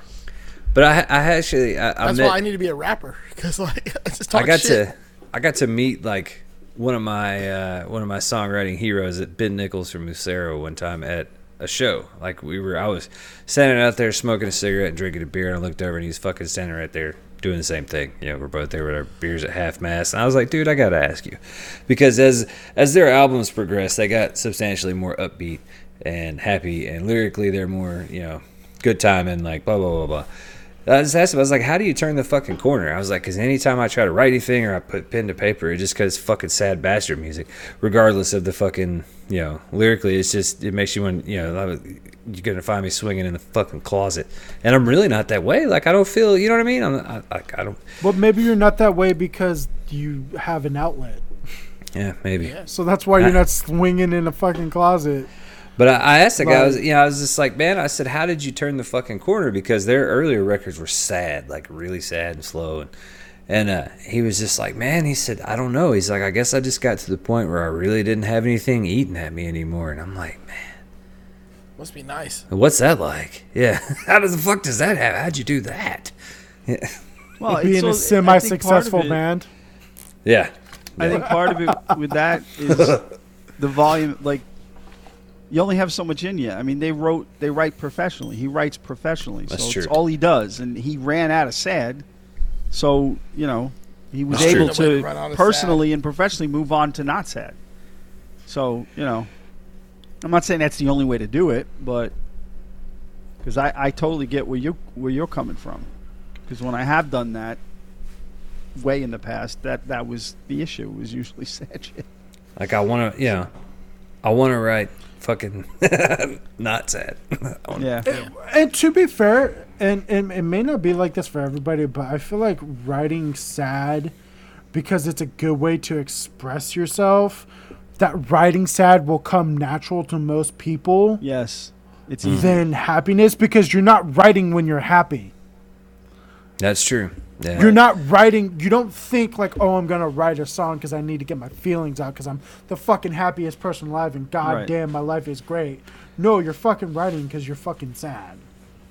But I, I actually, I, I That's met, why I need to be a rapper <laughs> because like I just talk I got shit. to, I got to meet like one of my, uh, one of my songwriting heroes at Ben Nichols from Lucero one time at a show. Like we were, I was standing out there smoking a cigarette and drinking a beer, and I looked over and he's fucking standing right there doing the same thing. You know, we're both there with our beers at half mast, and I was like, dude, I gotta ask you, because as as their albums progressed, they got substantially more upbeat and happy, and lyrically they're more, you know, good time and like blah blah blah blah. I just asked him, I was like, how do you turn the fucking corner? I was like, because anytime I try to write anything or I put pen to paper, it just because fucking sad bastard music, regardless of the fucking you know, lyrically, it's just it makes you want you know that was- you're gonna find me swinging in the fucking closet, and I'm really not that way. Like I don't feel, you know what I mean? I'm I, like I don't. But maybe you're not that way because you have an outlet. Yeah, maybe. So that's why you're not swinging in a fucking closet. But I, I asked the guy, I was, Right. you know, I was just like, man, I said, how did you turn the fucking corner? Because their earlier records were sad, like really sad and slow. And, and uh, he was just like, man, he said, I don't know. He's like, I guess I just got to the point where I really didn't have anything eating at me anymore. And I'm like, man, Must be nice. what's that like? <laughs> Yeah. how does the fuck does that happen? How'd you do that? Well, Being a semi-successful band. Yeah. I think part <laughs> of it with that is the volume. Like, you only have so much in you. I mean, they wrote, they write professionally. He writes professionally, That's so true. it's all he does. And he ran out of sad, so you know he was That's able true. Nobody ran out to of personally and professionally move on to not sad. So you know, I'm not saying that's the only way to do it, but because I, I totally get where you where you're coming from. Because when I have done that, way in the past, that that was the issue. Was usually <laughs> sad shit. Like I want to, you know, I want to write fucking <laughs> not sad. <laughs> I wanna- Yeah. And to be fair, and, and it may not be like this for everybody, but I feel like writing sad because it's a good way to express yourself. That writing sad will come natural to most people Yes. It's easy. than happiness because you're not writing when you're happy. That's true. Yeah. You're not writing. You don't think like, oh, I'm gonna write a song because I need to get my feelings out because I'm the fucking happiest person alive and goddamn, my life is great. No, you're fucking writing because you're fucking sad.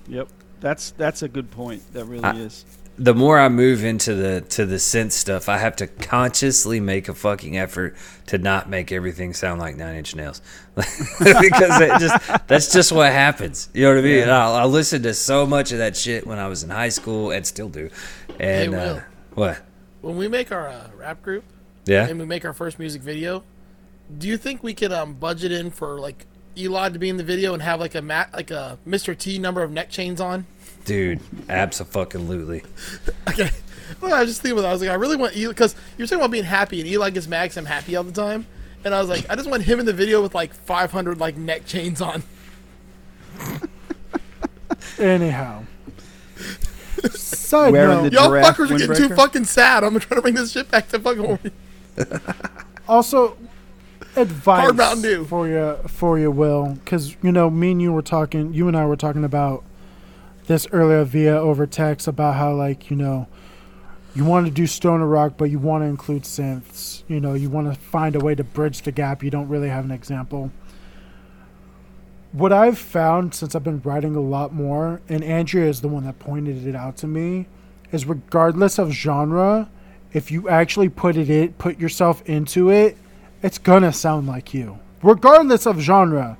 Yep. That's that's a good point. That really I- is. the more I move into the to the synth stuff, I have to consciously make a fucking effort to not make everything sound like Nine Inch Nails, <laughs> because it just that's just what happens. You know what I mean? And I, I listened to so much of that shit when I was in high school, and still do. And Hey, uh, Will. what? When we make our uh, rap group Yeah, and we make our first music video, do you think we could um, budget in for like Elon to be in the video and have like a mat, like a Mr. T number of neck chains on? dude, absolutely. Okay. Well, I was just thinking about that. I was like, I really want Eli because you were talking about being happy, and Eli gets mad 'cause I'm happy all the time. And I was like, I just want him in the video with like 500 like neck chains on. Anyhow, side note, Wearing the- Y'all Giraffe fuckers are getting too windbreaker? fucking sad. I'm trying to bring this shit back to fucking. where we- also advice Hard Mountain Dew. for you for you, Will, because you know me and you were talking, you and I were talking about this earlier via over text about how like you know you want to do stoner rock, but you want to include synths. You know, you want to find a way to bridge the gap. You don't really have an example. What I've found since I've been writing a lot more, and Andrea is the one that pointed it out to me, is regardless of genre, if you actually put it in, put yourself into it, it's gonna sound like you. Regardless of genre,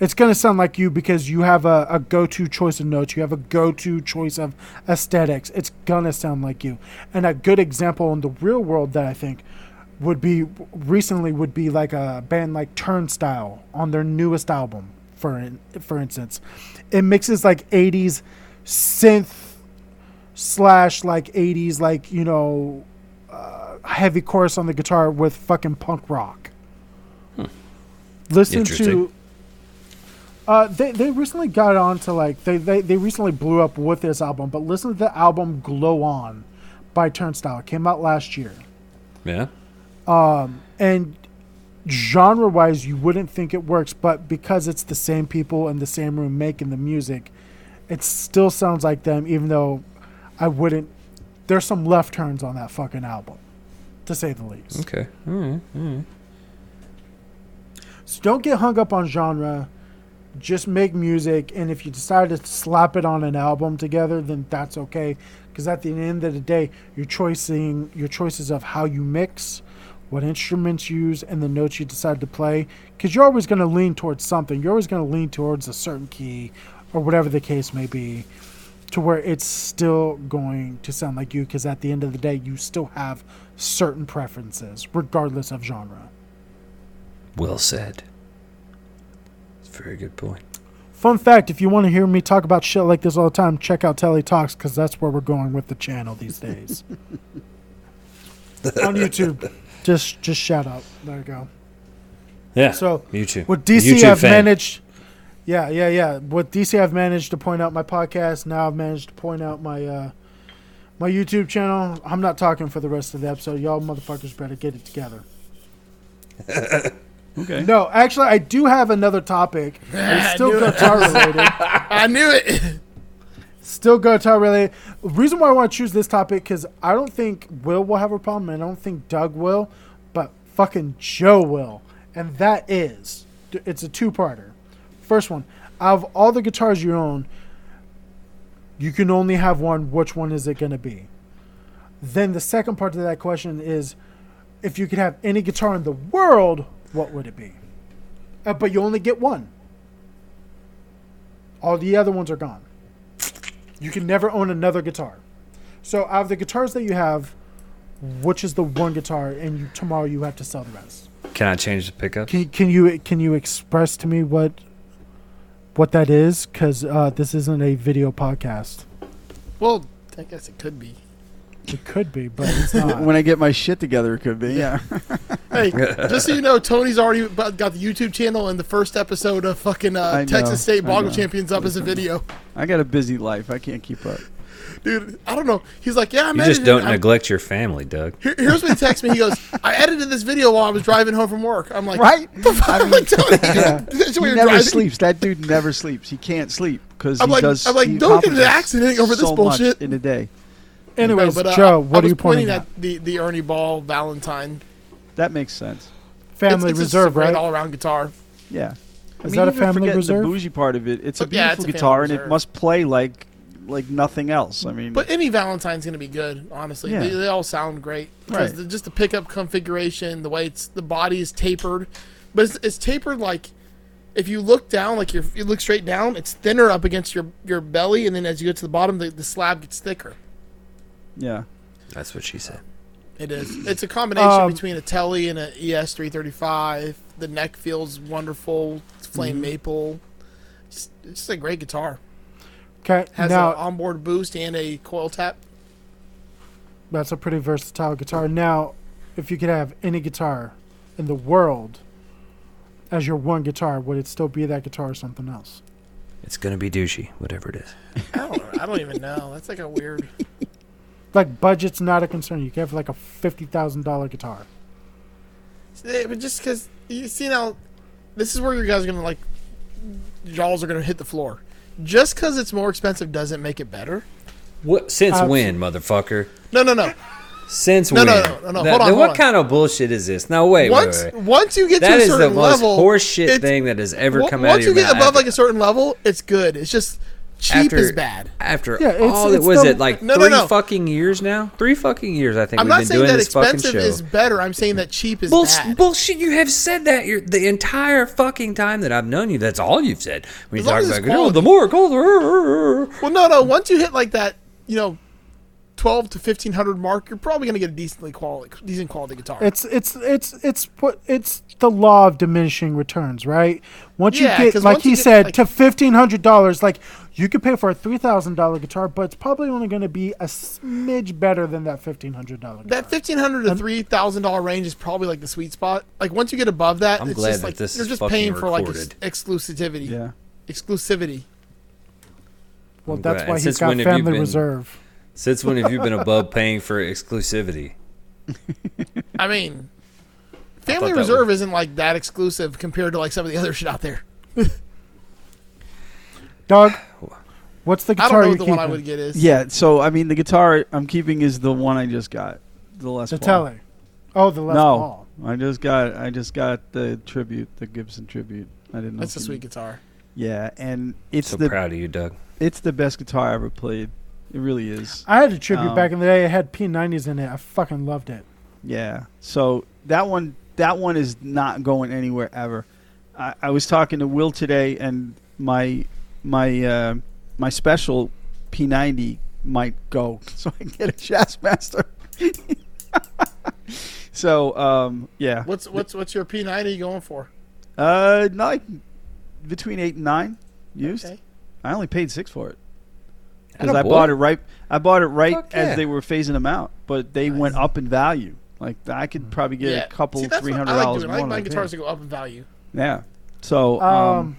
it's gonna sound like you because you have a, a go-to choice of notes, you have a go-to choice of aesthetics. It's gonna sound like you. And a good example in the real world that I think would be recently would be like a band like Turnstile on their newest album, for in, for instance. It mixes like 80s synth slash like 80s like you know uh, heavy chorus on the guitar with fucking punk rock Hmm. listen Interesting. to uh, they, they recently got on to like they, they, they recently blew up with this album but listen to the album glow on by turnstile It came out last year Yeah, and genre wise you wouldn't think it works but because it's the same people in the same room making the music it still sounds like them even though i wouldn't there's some left turns on that fucking album to say the least okay. All right. so don't get hung up on genre just make music and if you decide to slap it on an album together then that's okay because at the end of the day your choicing your choices of how you mix what instruments you use and the notes you decide to play because you're always going to lean towards something you're always going to lean towards a certain key or whatever the case may be to where it's still going to sound like you because at the end of the day you still have certain preferences regardless of genre Well said. It's a very good point. Fun fact: If you want to hear me talk about shit like this all the time, check out Telly Talks because that's where we're going with the channel these days. on YouTube, just just shout out. There you go. Yeah. So, YouTube. What DC YouTube I've fan. managed. Yeah, yeah, yeah. What DC I've managed to point out my podcast. Now I've managed to point out my uh, my YouTube channel. I'm not talking for the rest of the episode. Y'all motherfuckers better get it together. Okay. No, actually, I do have another topic. It's still I knew it. guitar related. I knew it. <laughs> Still guitar related. Reason why I want to choose this topic because I don't think Will will have a problem, and I don't think Doug will, but fucking Joe will, and that is it's a two-parter. First one, out of all the guitars you own, you can only have one. Which one is it going to be? Then the second part to that question is, if you could have any guitar in the world, what would it be? Uh, but you only get one. All the other ones are gone. You can never own another guitar. So out of the guitars that you have, which is the one guitar, and you, tomorrow you have to sell the rest. Can I change the pickup? Can, can you can you express to me what what that is? Because uh, this isn't a video podcast. Well, I guess it could be. It could be, but <laughs> uh, it's not. When I get my shit together, it could be. Yeah. Hey, just so you know, Tony's already about- got the YouTube channel and the first episode of fucking I uh, know, Texas State I Boggle know. Champions up as a video. <laughs> I got a busy life. I can't keep up. Dude, I don't know. He's like, yeah, I'm You just editing. don't I'm- neglect your family, Doug. Here- here's what he texts me. He goes, I edited this video while I was driving home from work. I'm <laughs> like, Right? <laughs> The fuck? I'm like, <laughs> Tony, Yeah. that's He where never you're driving. sleeps. That dude never sleeps. He can't sleep because I'm he like- does. I'm like, he don't get in an accomplishes accident over this so much bullshit. in a day. Anyways, <laughs> No, but, uh, I Joe, what are was you pointing at? The, the Ernie Ball Valentine. That makes sense. Family It's- it's just a Reserve, great right? all-around guitar. Yeah. Is that a even family forgetting reserve? The bougie part of it. It's a But Oh, yeah, beautiful it's a family guitar, and it reserve. must play like like nothing else. I mean, But any Valentine's gonna be good, honestly. Yeah. They, they all sound great because Right. the, just the pickup configuration, the way it's the body is tapered, but it's, it's tapered like if you look down, like you're, you look straight down, it's thinner up against your your belly, and then as you get to the bottom, the, the slab gets thicker. yeah. That's what she said. It is. It's a combination Um, between a Telly and an ES three thirty five. The neck feels wonderful. It's flame Mm-hmm. maple. It's, it's just a great guitar. Okay, Has an now onboard boost and a coil tap. that's a pretty versatile guitar. Now, if you could have any guitar in the world as your one guitar, would it still be that guitar or something else? It's gonna be douchey, whatever it is. I don't, I don't even know. That's like a <laughs> weird. Like budget's not a concern. You can have like a fifty thousand dollar guitar. Yeah, but just because you see now, this is where you guys are gonna like, jaws are gonna hit the floor. Just because it's more expensive doesn't make it better. What? Since Uh, when, motherfucker? No, no, no. Since No, when? no, no, no, no. That- Hold on, then hold what on. kind of bullshit is this? No, wait, wait, Once wait. wait. once you get That to a is the certain most level, horseshit it's- thing that has ever Wo- come once out of your you get mouth. above like a certain level, it's good. It's just cheap After- is bad. after Yeah, it's- all it's it was the- it like No, no, three no. fucking years now. Three fucking years, I think I'm we've not been saying doing that this fucking show. expensive is better. I'm saying that cheap is Bullsh- bad. bullshit! You have said that you the entire fucking time that I've known you. That's all you've said. When you As long talk as about it's oh, the more gold. well, no, no. Once you hit like that, you know, twelve to fifteen hundred mark, you're probably gonna get a decently quality, decent quality guitar. It's it's it's it's what it's the law of diminishing returns, right? Once Yeah, you get 'cause like once he you get, said like- to fifteen hundred dollars, like you could pay for a three thousand dollar guitar, but it's probably only going to be a smidge better than that fifteen hundred dollar. that fifteen hundred to three thousand dollar range is probably like the sweet spot. Like once you get above that, I'm it's glad just that like this you're is just fucking paying for like ex- recorded. exclusivity. Yeah. Exclusivity. Well, I'm that's glad- why and he's since got when have you family been- reserve. <laughs> Since when have you been above paying for exclusivity? I mean, thought Family that Reserve isn't like that exclusive compared to like some of the other shit out there. Doug, what's the I guitar don't know you what the keeping? one I would get is. Yeah. So I mean, the guitar I'm keeping is the one I just got. The Les The Paul. Tele. Oh, the Les no, Paul. I just got I just got the tribute, the Gibson tribute. I didn't know. That's a if you- sweet guitar. Yeah, and it's so the proud of you, Doug. it's the best guitar I ever played. It really is. I had a tribute Um, back in the day. It had P90s in it. I fucking loved it. Yeah. So that one that one is not going anywhere ever. I, I was talking to Will today and my my uh, my special P ninety might go <laughs> so I can get a Jazzmaster. <laughs> so um, yeah. What's what's what's your P ninety going for? Uh not like between eight and nine used. Okay. I only paid six for it. Because Atta I boy. bought it right I bought it right Fuck yeah. as they were phasing them out, but they went up in value. Like I Mm. could probably get yeah. a couple See, that's three what I hundred like dollars doing. more. I like my like that. guitars to go up in value. Yeah. So Um, um,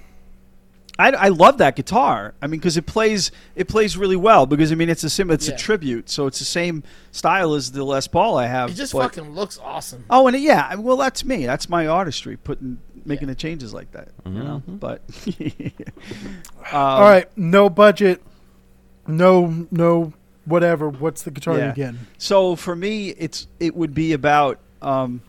I, I love that guitar. I mean, because it plays it plays really well. Because I mean, it's a sim, it's Yeah. a tribute, so it's the same style as the Les Paul I have. It just Uh, but- fucking looks awesome. Oh, and it- yeah, I- well, that's me. That's my artistry, putting making the changes like that. Mm. You know, Mm-hmm. but <laughs> all right, no budget, no no whatever. What's the guitar Yeah. you're getting? So for me, it's it would be about um,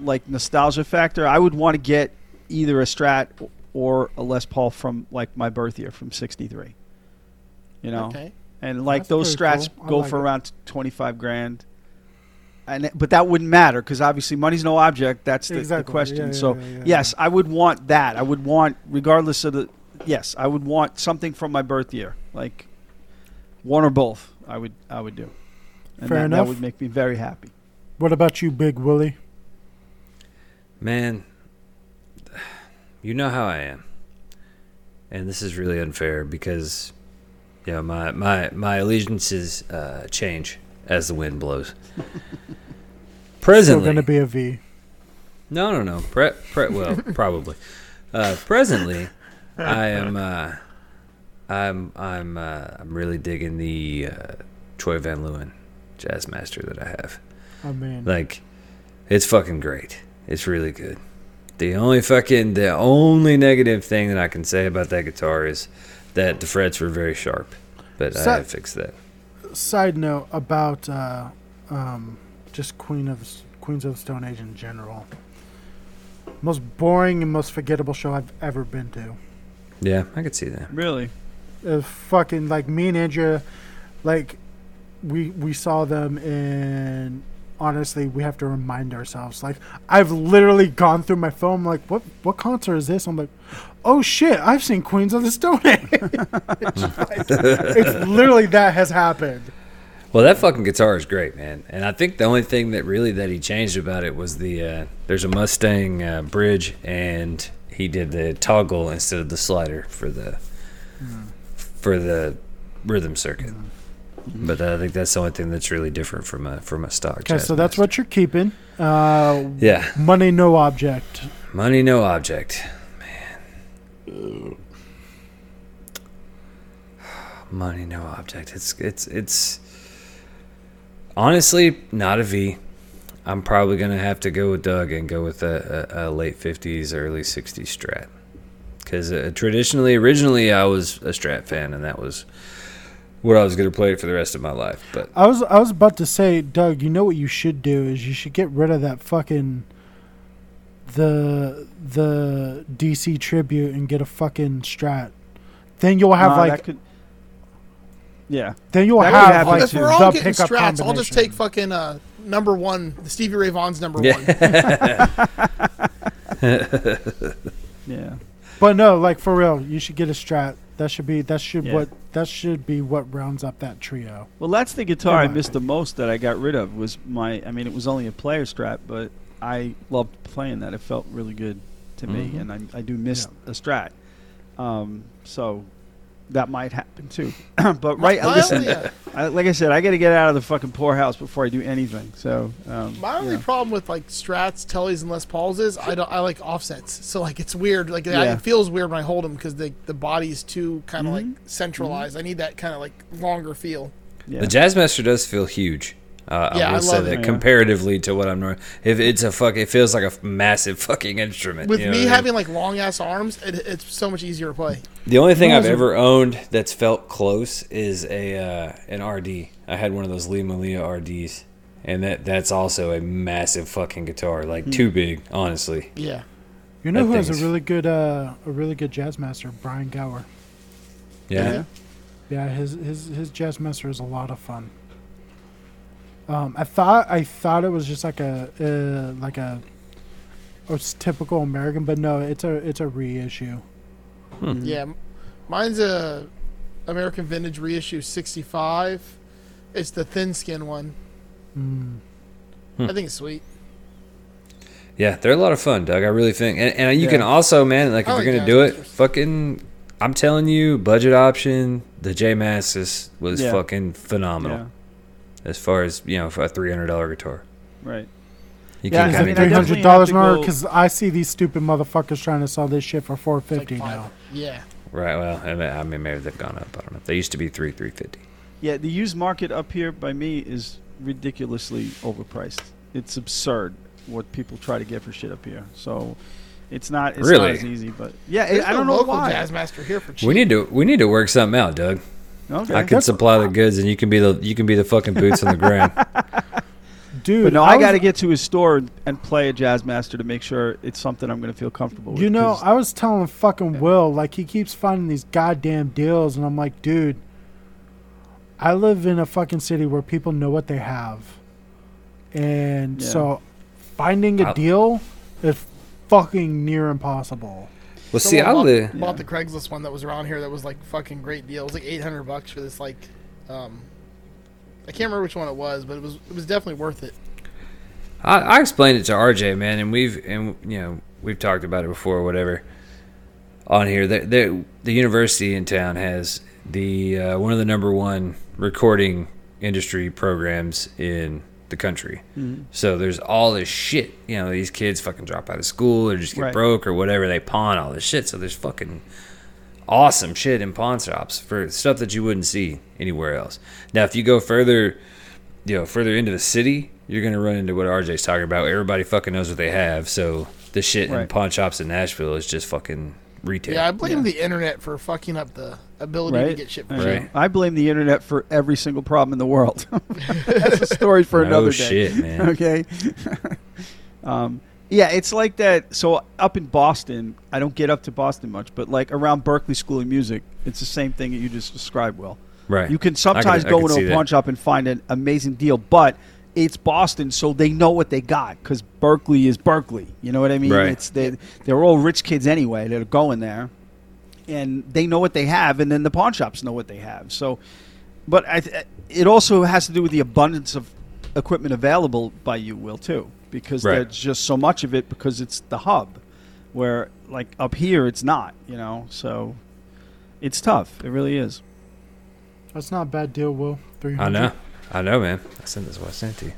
like nostalgia factor. I would want to get either a Strat or a Les Paul from like my birth year from '63. You know, Okay. and like That's those pretty Strats cool. I go like for it. around twenty-five grand. And it- but that wouldn't matter because obviously money's no object. That's the, the Exactly. question. Yeah, yeah, so yeah, yeah, yes, I would want that. I would want regardless of the yes, I would want something from my birth year, like one or both. I would I would do. And Fair that, enough. that would make me very happy. What about you, Big Willie? Man, you know how I am. And this is really unfair because you know, my my my allegiances uh, change as the wind <laughs> blows. Still Presently, going to be a V. no, no, no. Pre, pre, <laughs> well, probably. Uh, presently, I am. Uh, I'm. I'm. Uh, I'm really digging the uh, Troy Van Leeuwen jazz master that I have. I mean, Like, it's fucking great. It's really good. The only fucking the only negative thing that I can say about that guitar is that the frets were very sharp, but So- I have fixed that. side note about uh, um, just Queen of Queens of the Stone Age in general. Most boring and most forgettable show I've ever been to. Yeah, I could see that. Really? It was fucking like me and Andrea, like we we saw them and honestly we have to remind ourselves. Like I've literally gone through my phone like what what concert is this? I'm like, oh shit, I've seen Queens of the Stone Age. <laughs> it's literally that has happened. Well, that fucking guitar is great, man. And I think the only thing that really that he changed about it was the uh, there's a Mustang uh, bridge, and he did the toggle instead of the slider for the for the rhythm circuit. But I think that's the only thing that's really different from a from a stock. Mm-hmm. Okay, so that's what you're keeping. Uh, Yeah, money no object. money no object, man. Money no object. It's it's it's honestly not a V. I'm probably gonna have to go with Doug and go with a, a, a late '50s, early '60s Strat, because uh, traditionally, originally, I was a Strat fan, and that was what I was gonna play for the rest of my life. But I was I was about to say, Doug, you know what you should do is you should get rid of that fucking the the DC tribute and get a fucking strat. Then you'll have Nah, like that could- yeah. then you'll that could have happen like if too. we're all the getting pickup strats, I'll just take combination. fucking uh, number one, the Stevie Ray Vaughan's number one. yeah, Yeah. But no, like for real, you should get a strat. That should be that should Yeah. what that should be what rounds up that trio. Well, that's the guitar In I my missed the most that I got rid of was my. I mean, it was only a player Strat, but I loved playing that. It felt really good to me, and I, I do miss a Strat. Um, so that might happen too. <clears throat> but <laughs> right, my listen, only, uh, I, like I said, I got to get out of the fucking poorhouse before I do anything. So um, my only yeah. problem with like strats, tellies, and Les Pauls is I don't I like offsets, so like it's weird. Like I- Yeah. it feels weird when I hold them because the the body's too kind of Mhm. like centralized. I need that kind of like longer feel. yeah. The Jazzmaster does feel huge. Uh, Yeah, I I will say love that it. comparatively to what I'm normal. If it's a fuck, it feels like a f- massive fucking instrument. With you know me what I mean? having like long ass arms, it, it's so much easier to play. the only thing I've Those are- ever owned that's felt close is a uh, an RD. I had one of those Lee Malia RDs, and that that's also a massive fucking guitar, like too big, honestly. Yeah. You know That who has thing's- a really good uh, a really good jazz master, Brian Gower. Yeah, Yeah. Yeah, his his his jazz master is a lot of fun. Um, I thought I thought it was just like a uh, like a oh, it's typical American, but no, it's a it's a reissue. Mm-hmm. Yeah, m- mine's a American Vintage reissue '65. It's the thin skin one. Hmm. Mm. I think it's sweet. yeah, they're a lot of fun, Doug. I really think, and, and you can Yeah. also, man, like if I you're like gonna do it, Jazzmasters. fucking, I'm telling you, budget option, the J Massis was Yeah. fucking phenomenal. Yeah. as far as you know for a three hundred dollar guitar. Right. You <laughs> Yeah, can't I come mean, in three here. definitely hundred dollars have an to hour go- because I see these stupid motherfuckers trying to sell this shit for four It's like fifty five- now. Yeah. Right. Well, I mean, I mean, maybe they've gone up. I don't know. They used to be three three fifty. Yeah, the used market up here by me is ridiculously overpriced. It's absurd what people try to get for shit up here. So it's not it's Really? not as easy, but yeah, There's it, I no don't know local why. jazz master here for cheap. We need to we need to work something out, Doug. Okay. I can that's- supply the goods, and you can be the you can be the fucking boots on the ground. Dude, but no, I, was- got to get to his store and- and play a jazz master to make sure it's something I'm going to feel comfortable with. You know, 'cause- I was telling fucking Will, like, he keeps finding these goddamn deals, and I'm like, dude, I live in a fucking city where people know what they have. And Yeah. so finding a I- deal is fucking near impossible. Well, see, I Someone live. bought, bought the Craigslist one that was around here that was like fucking great deal. It was like eight hundred bucks for this like, um, I can't remember which one it was, but it was it was definitely worth it. I, I explained it to RJ, man, and we've and you know we've talked about it before, or whatever. On here, the the, the university in town has the uh, one of the number one recording industry programs in the country. So there's all this shit. You know, these kids fucking drop out of school or just get Right. broke or whatever. They pawn all this shit. So there's fucking awesome shit in pawn shops for stuff that you wouldn't see anywhere else. Now, if you go further, you know, further into the city, you're gonna run into what RJ's talking about. Everybody fucking knows what they have, so the shit in Right. pawn shops in Nashville is just fucking retail. Yeah, I blame the internet for fucking up the ability to right? get shit. I For know. cheap. Right. I blame the internet for every single problem in the world. <laughs> That's a story for No another day. shit, man. <laughs> okay. um, yeah, it's like that. So up in Boston, I don't get up to Boston much, but like around Berkeley School of Music, it's the same thing that you just described. Will right. you can I sometimes can go into see a that. pawn shop and find an amazing deal, but it's Boston, so they know what they got because Berkeley is Berkeley. You know what I mean? Right. It's they they're all rich kids anyway that are going there, and they know what they have, and then the pawn shops know what they have. So, but I, th- it also has to do with the abundance of equipment available by you, Will, too, because Right. there's just so much of it because it's the hub, where like up here it's not. You know, so it's tough. It really is. That's not a bad deal, Will. I 300. know, I know, man. I sent this. What I sent to you.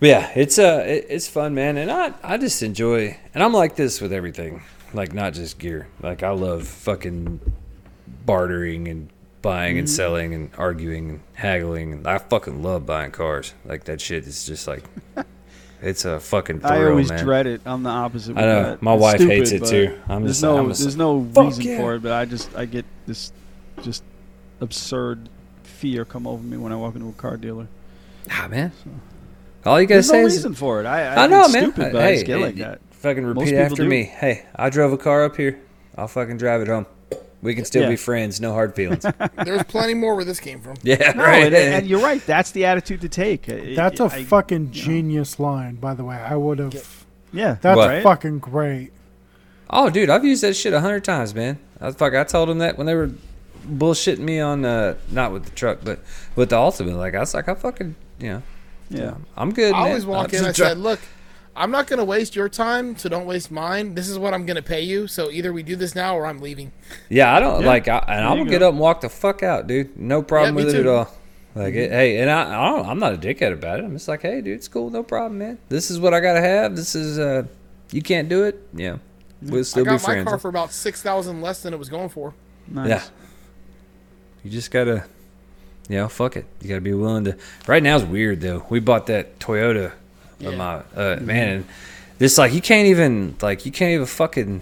But yeah, it's uh, it, it's fun, man, and I I just enjoy, and I'm like this with everything, like not just gear. Like I love fucking bartering and buying Mm-hmm. and selling and arguing and haggling, and I fucking love buying cars. Like that shit is just like, <laughs> it's a fucking thrill, I always man. dread it. I'm the opposite. with I know. that. My It's wife stupid, hates it, but too. I'm there's just- no, I'm just there's no "Fuck reason yeah." for it, but I just, I get this, just absurd fear come over me when I walk into a car dealer. ah, man. All you gotta There's say no is reason for it. I, I, I know, it's man. Stupid, but hey, I just get hey, <laughs> like that. Fucking Most repeat people after do. me. Hey, I drove a car up here. I'll fucking drive it home. We can still Yeah. be friends. No hard <laughs> feelings. There's plenty more where this came from. yeah, No, right. and, and you're right. That's the attitude to take. It- That's it- a I- fucking genius line, by the way. I would have. yeah. That's What? right. fucking great. oh, dude, I've used that shit a hundred times, man. I fuck. I told them that when they were bullshitting me on uh, not with the truck, but with the ultimate. Like I was like, I fucking, you know, Yeah. I'm good. I man. always walk I'll in. I just dri- said, "Look, I'm not going to waste your time, so don't waste mine. This is what I'm going to pay you. So either we do this now, or I'm leaving." Yeah, I don't Yeah. like, I, and I'm you gonna get go. up and walk the fuck out, dude. No problem me with it too. Mm-hmm. at all. Like, it, hey, and I, I don't, I'm not a dickhead about it. I'm just like, hey, dude, it's cool, no problem, man. This is what I gotta have. This is, uh, you can't do it. Yeah, we'll Mm-hmm. I still be got my friends. car for about six thousand less than it was going for. Nice. Yeah, you just gotta, you know, fuck it. You gotta be willing to. Right now is weird though. We bought that Toyota, of Yeah. my uh, Mm-hmm. man, and this like you can't even like you can't even fucking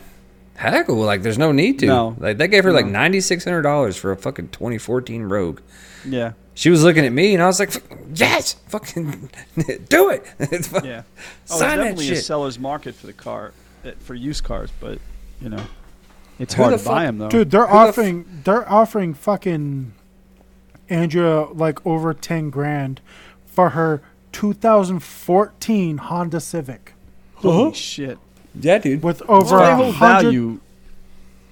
haggle. Like, there's no need to. No. Like they gave her like No. ninety six hundred dollars for a fucking 2014 Rogue. Yeah. She was looking at me, and I was like, "Yes, fucking <laughs> do it." It's fu- Yeah. Sign Oh, that it's definitely a shit. seller's market for the car, uh, for used cars, but you know, it's Who hard the to buy fuck- them though. Dude, they're Who the f- offering they're offering fucking Andrea like over ten grand for her 2014 Honda Civic Holy shit. Yeah, dude. with over So they a hold hundred. value.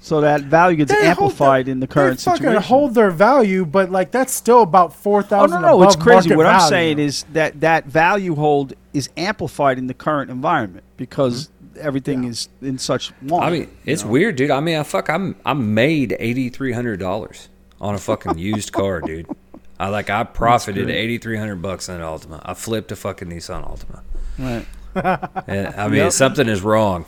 So that value gets They hold amplified in the current they fucking situation. hold their value, but like that's still about four oh thousand. no, no, it's crazy. What I'm saying is that that value hold is amplified in the current environment because everything is in such Mm-hmm. want. I mean, it's weird, dude. I mean, I fuck, I'm I made eighty three hundred dollars on a fucking used car, dude. I like I profited eighty three hundred bucks on an Altima. I flipped a fucking Nissan Altima. Right. And, I mean, Yep. something is wrong.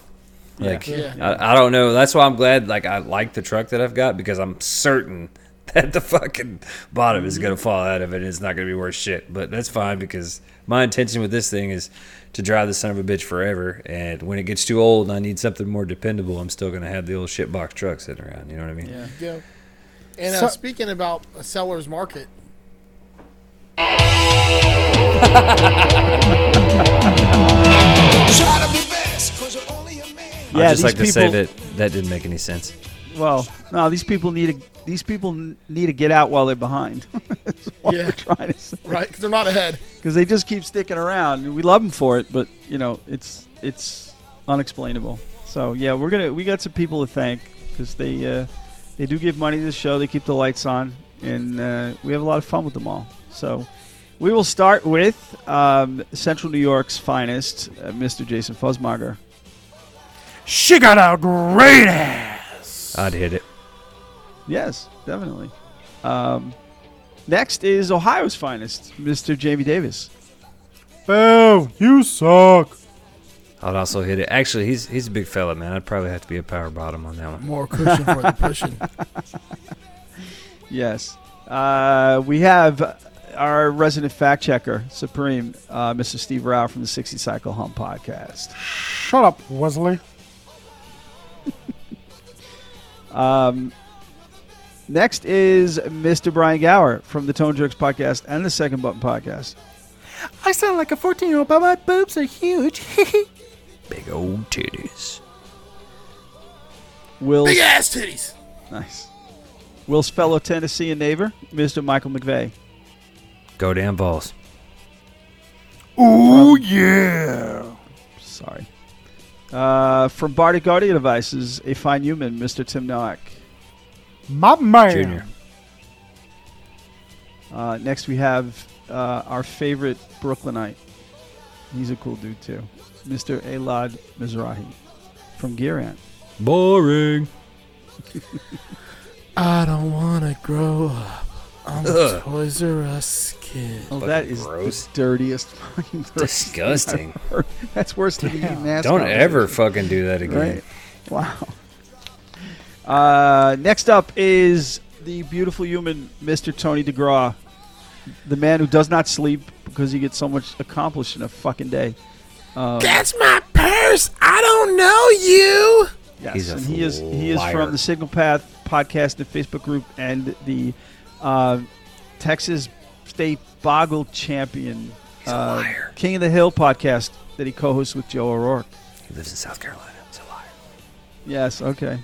Like Yeah. I, I don't know. That's why I'm glad. Like I like the truck that I've got because I'm certain <laughs> that the fucking bottom is gonna fall out of it. and It's not gonna be worth shit. But that's fine because my intention with this thing is to drive this son of a bitch forever. And when it gets too old and I need something more dependable, I'm still gonna have the old shit box truck sitting around. You know what I mean? Yeah. Yeah. And uh, So- speaking about a seller's market, Try to be best, cause you're only a man. I'd just these like to say people- that that didn't make any sense. Well, no, these people need to these people n- need to get out while they're behind. <laughs> That's what Yeah. we're trying to say. right? Because they're not ahead. because they just keep sticking around. We love them for it, but you know it's it's unexplainable. So yeah, we're gonna we got some people to thank because they uh, they do give money to the show. They keep the lights on, and uh, we have a lot of fun with them all. So we will start with um, Central New York's finest, uh, Mr. Jason Fuzmager. She got a great ass. I'd hit it. Yes, definitely. Um, next is Ohio's finest, Mr. Jamie Davis. Boo! You suck. I'd also hit it. Actually, he's he's a big fella, man. I'd probably have to be a power bottom on that one. More cushion for the pushing. Yes. Uh, we have our resident fact checker, Supreme, uh, Mr. Steve Rao from the 60 Cycle Hump podcast. Shut up, Wesley. Um, next is Mr. Brian Gower from the Tone Jerks podcast and the Second Button podcast. I sound like a 14 year old, but my boobs are huge. <laughs> Big old titties. Will's, Big ass titties. <laughs> nice. Will's fellow Tennessean neighbor, Mr. Michael McVeigh. Go damn balls. Ooh, yeah. Sorry. Uh, from Bardic Guardian Devices, a fine human, Mr. Tim Noack. My man. Junior. Uh, next, we have uh, our favorite Brooklynite. He's a cool dude too, Mr. Elad Mizrahi from Gear Ant. Boring. I don't want to grow up. I'm Ugh. Toys R Us kid. Oh, Fucking that is gross. the dirtiest <laughs> fucking. person. Disgusting. That's worse than eating ass. Don't ever conversation, fucking do that again. Right. Wow. Uh, next up is the beautiful human, Mr. Tony DeGraw, the man who does not sleep because he gets so much accomplished in a fucking day. Oh. Um, That's my purse. I don't know you. Yes, He's a and he is he is liar. from the Signal Path podcast and Facebook group and the uh, Texas State Boggle Champion uh, liar. King of the Hill podcast that he co-hosts with Joe O'Rourke. He lives in South Carolina. He's a liar. Yes, okay.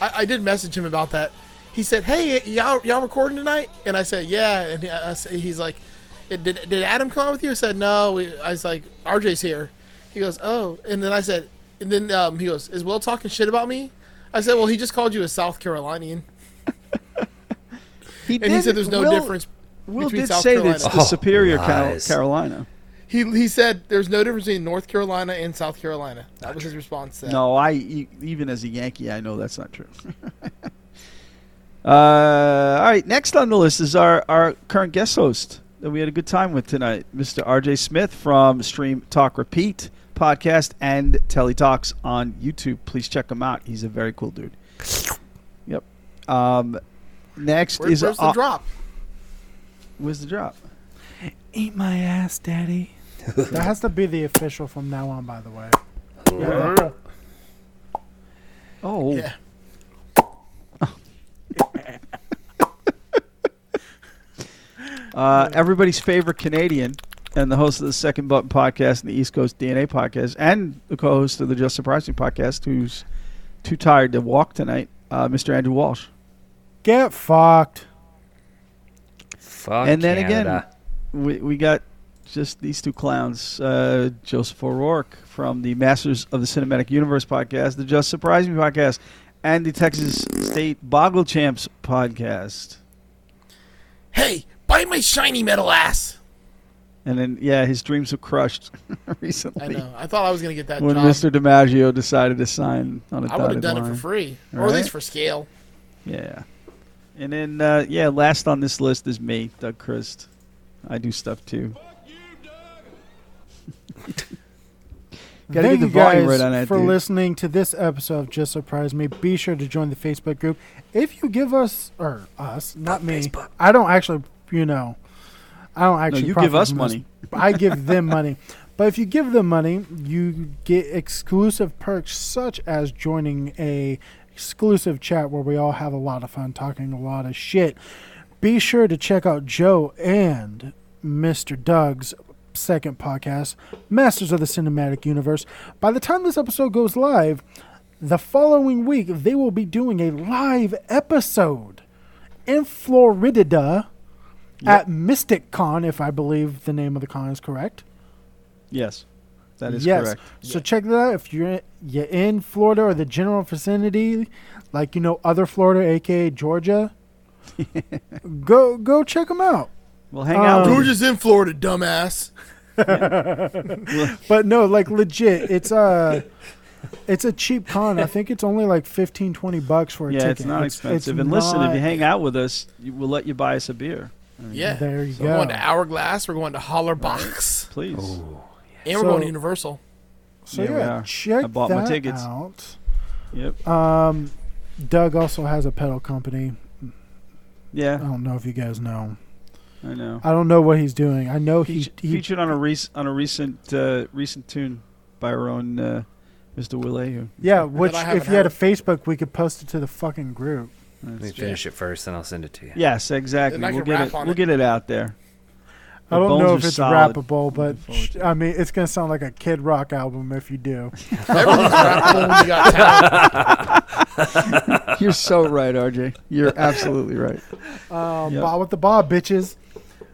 I, I did message him about that. He said, "Hey, y'all, y'all recording tonight?" And I said, "Yeah." And he, I, said- he's like, "Did did Adam come out with you?" I said, "No." We, I was like, "RJ's here." He goes, "Oh," and then I said, and then um, he goes, "Is Will talking shit about me?" I said, "Well, he just called you a South Carolinian," He and he said, "There's no Will- difference." Will between did South say that it's the Carolina. Oh, superior Cal- lies. Carolina. He he said, "There's no difference between North Carolina and South Carolina." That was his response. To that. No, I e- even as a Yankee, I know that's not true. <laughs> uh, all right, next on the list is our our current guest host that we had a good time with tonight, Mr. RJ Smith from Stream Talk Repeat podcast and Telly Talks on YouTube. Please check him out. He's a very cool dude. Yep. Um, next Where, is where's the uh, drop? Where's the drop? Eat my ass, daddy. that has to be the official from now on, by the way. Oh, Yeah. <laughs> Uh, everybody's favorite Canadian and the host of the Second Button podcast and the East Coast DNA podcast and the co-host of the Just Surprising podcast, who's too tired to walk tonight, uh, Mr. Andrew Walsh. Get fucked. Fuck and then Canada. again, we, we got just these two clowns, uh, Joseph O'Rourke from the Masters of the Cinematic Universe podcast, the Just Surprising podcast, and the Texas State Boggle Champs podcast. Hey, bite my shiny metal ass. And then, yeah, his dreams were crushed <laughs> recently. I know. I thought I was gonna get that when job. Mr. DiMaggio decided to sign on a I would have dotted done line. it for free, or at Right? least for scale. Yeah. And then, uh, yeah, last on this list is me, Doug Christ. I do stuff too. Gotta Thank get the you volume guys right on that, for dude. listening to this episode of Just Surprise Me. Be sure to join the Facebook group. If you give us or us, not me, I don't actually, you know, I don't actually. you give profit us from this. money. I give them money. But if you give them money, you get exclusive perks such as joining a exclusive chat where we all have a lot of fun talking a lot of shit. Be sure to check out Joe and Mr. Doug's second podcast, Masters of the Cinematic Universe. By the time this episode goes live, the following week they will be doing a live episode in Florida at Mystic Con, if I believe the name of the con is correct. Yes, that is correct. So check that out. If you're in, you're in Florida or the general vicinity, like you know other Florida, aka <laughs> Georgia, go go check them out. Well, hang Oh. out. Um, with Georgia's in Florida, dumbass. But no, like legit, it's a it's a cheap con. I think it's only like 15, 20 bucks for a Yeah, ticket. it's not it's expensive. and listen, if not- you hang out with us, you, we'll let you buy us a beer, Yeah. There you so We're going go. to Hourglass. We're going to <laughs> Hollerbox. please. Oh. And we're going So- to Universal. so Yeah, we yeah, are. check I bought that my tickets. out. Yep. Um, Doug also has a pedal company. I yeah, don't know if you guys know. I know. I don't know what he's doing. I know Uh, he, Feature- he featured on a rec- on a recent uh, recent tune by our own uh, Mr. Willeu. Yeah, which I if haven't you had a heard. Facebook, we could post it to the fucking group. Let me finish it first, and I'll send it to you. Yes, exactly. And I We'll can get rap it. on We'll it. get it out there. I The don't bones know are if it's solid. rappable, but Looking forward sh- to it. I mean, it's gonna sound like a Kid Rock album if you do. Everyone's <laughs> rapping when you got talent. <laughs> You're so right, RJ. You're absolutely right. <laughs> Um, Yep. Bob with the Bob, bitches.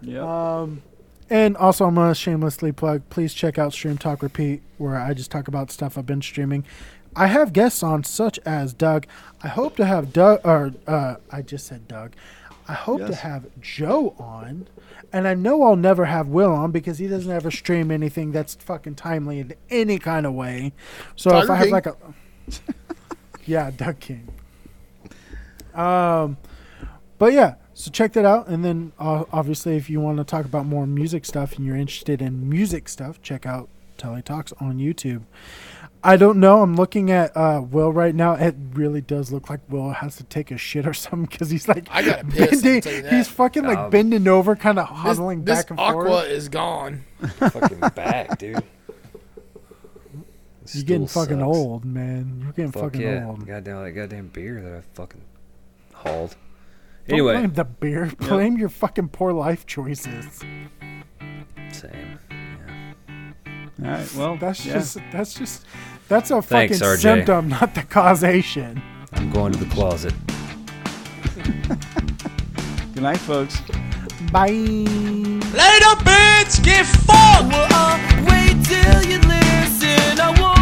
Yeah. Um, and also, I'm gonna shamelessly plug. Please check out Stream Talk Repeat, where I just talk about stuff I've been streaming. I have guests on, such as Doug. I hope to have Doug, or uh, I just said Doug. I hope to Yes. have Joe on, and I know I'll never have Will on because he doesn't ever stream anything that's fucking timely in any kind of way. So if Tiger I have King. like a, <laughs> yeah, Doug King. Um, but yeah, so check that out. And then uh, obviously, if you want to talk about more music stuff and you're interested in music stuff, check out Telly Talks on YouTube. I don't know. I'm looking at uh, Will right now. It really does look like Will has to take a shit or something because he's like <laughs> I gotta piss, I can bending. tell you that. He's fucking like Um, bending over, kind of This, huddling this back and aqua forth. is gone. fucking back, <laughs> dude. You're getting fucking old, man. You're getting Fuck fucking yeah. old. Goddamn, that goddamn beer that I fucking hauled. Don't Anyway, blame the beer. Blame your fucking poor life choices. same. All right. Well, That's yeah. just that's just that's a Thanks, fucking RJ. symptom, <laughs> not the causation. I'm going to the closet. Good night, folks. Bye. Later, bitch, get fucked. Well, I'll wait till you listen. I won't.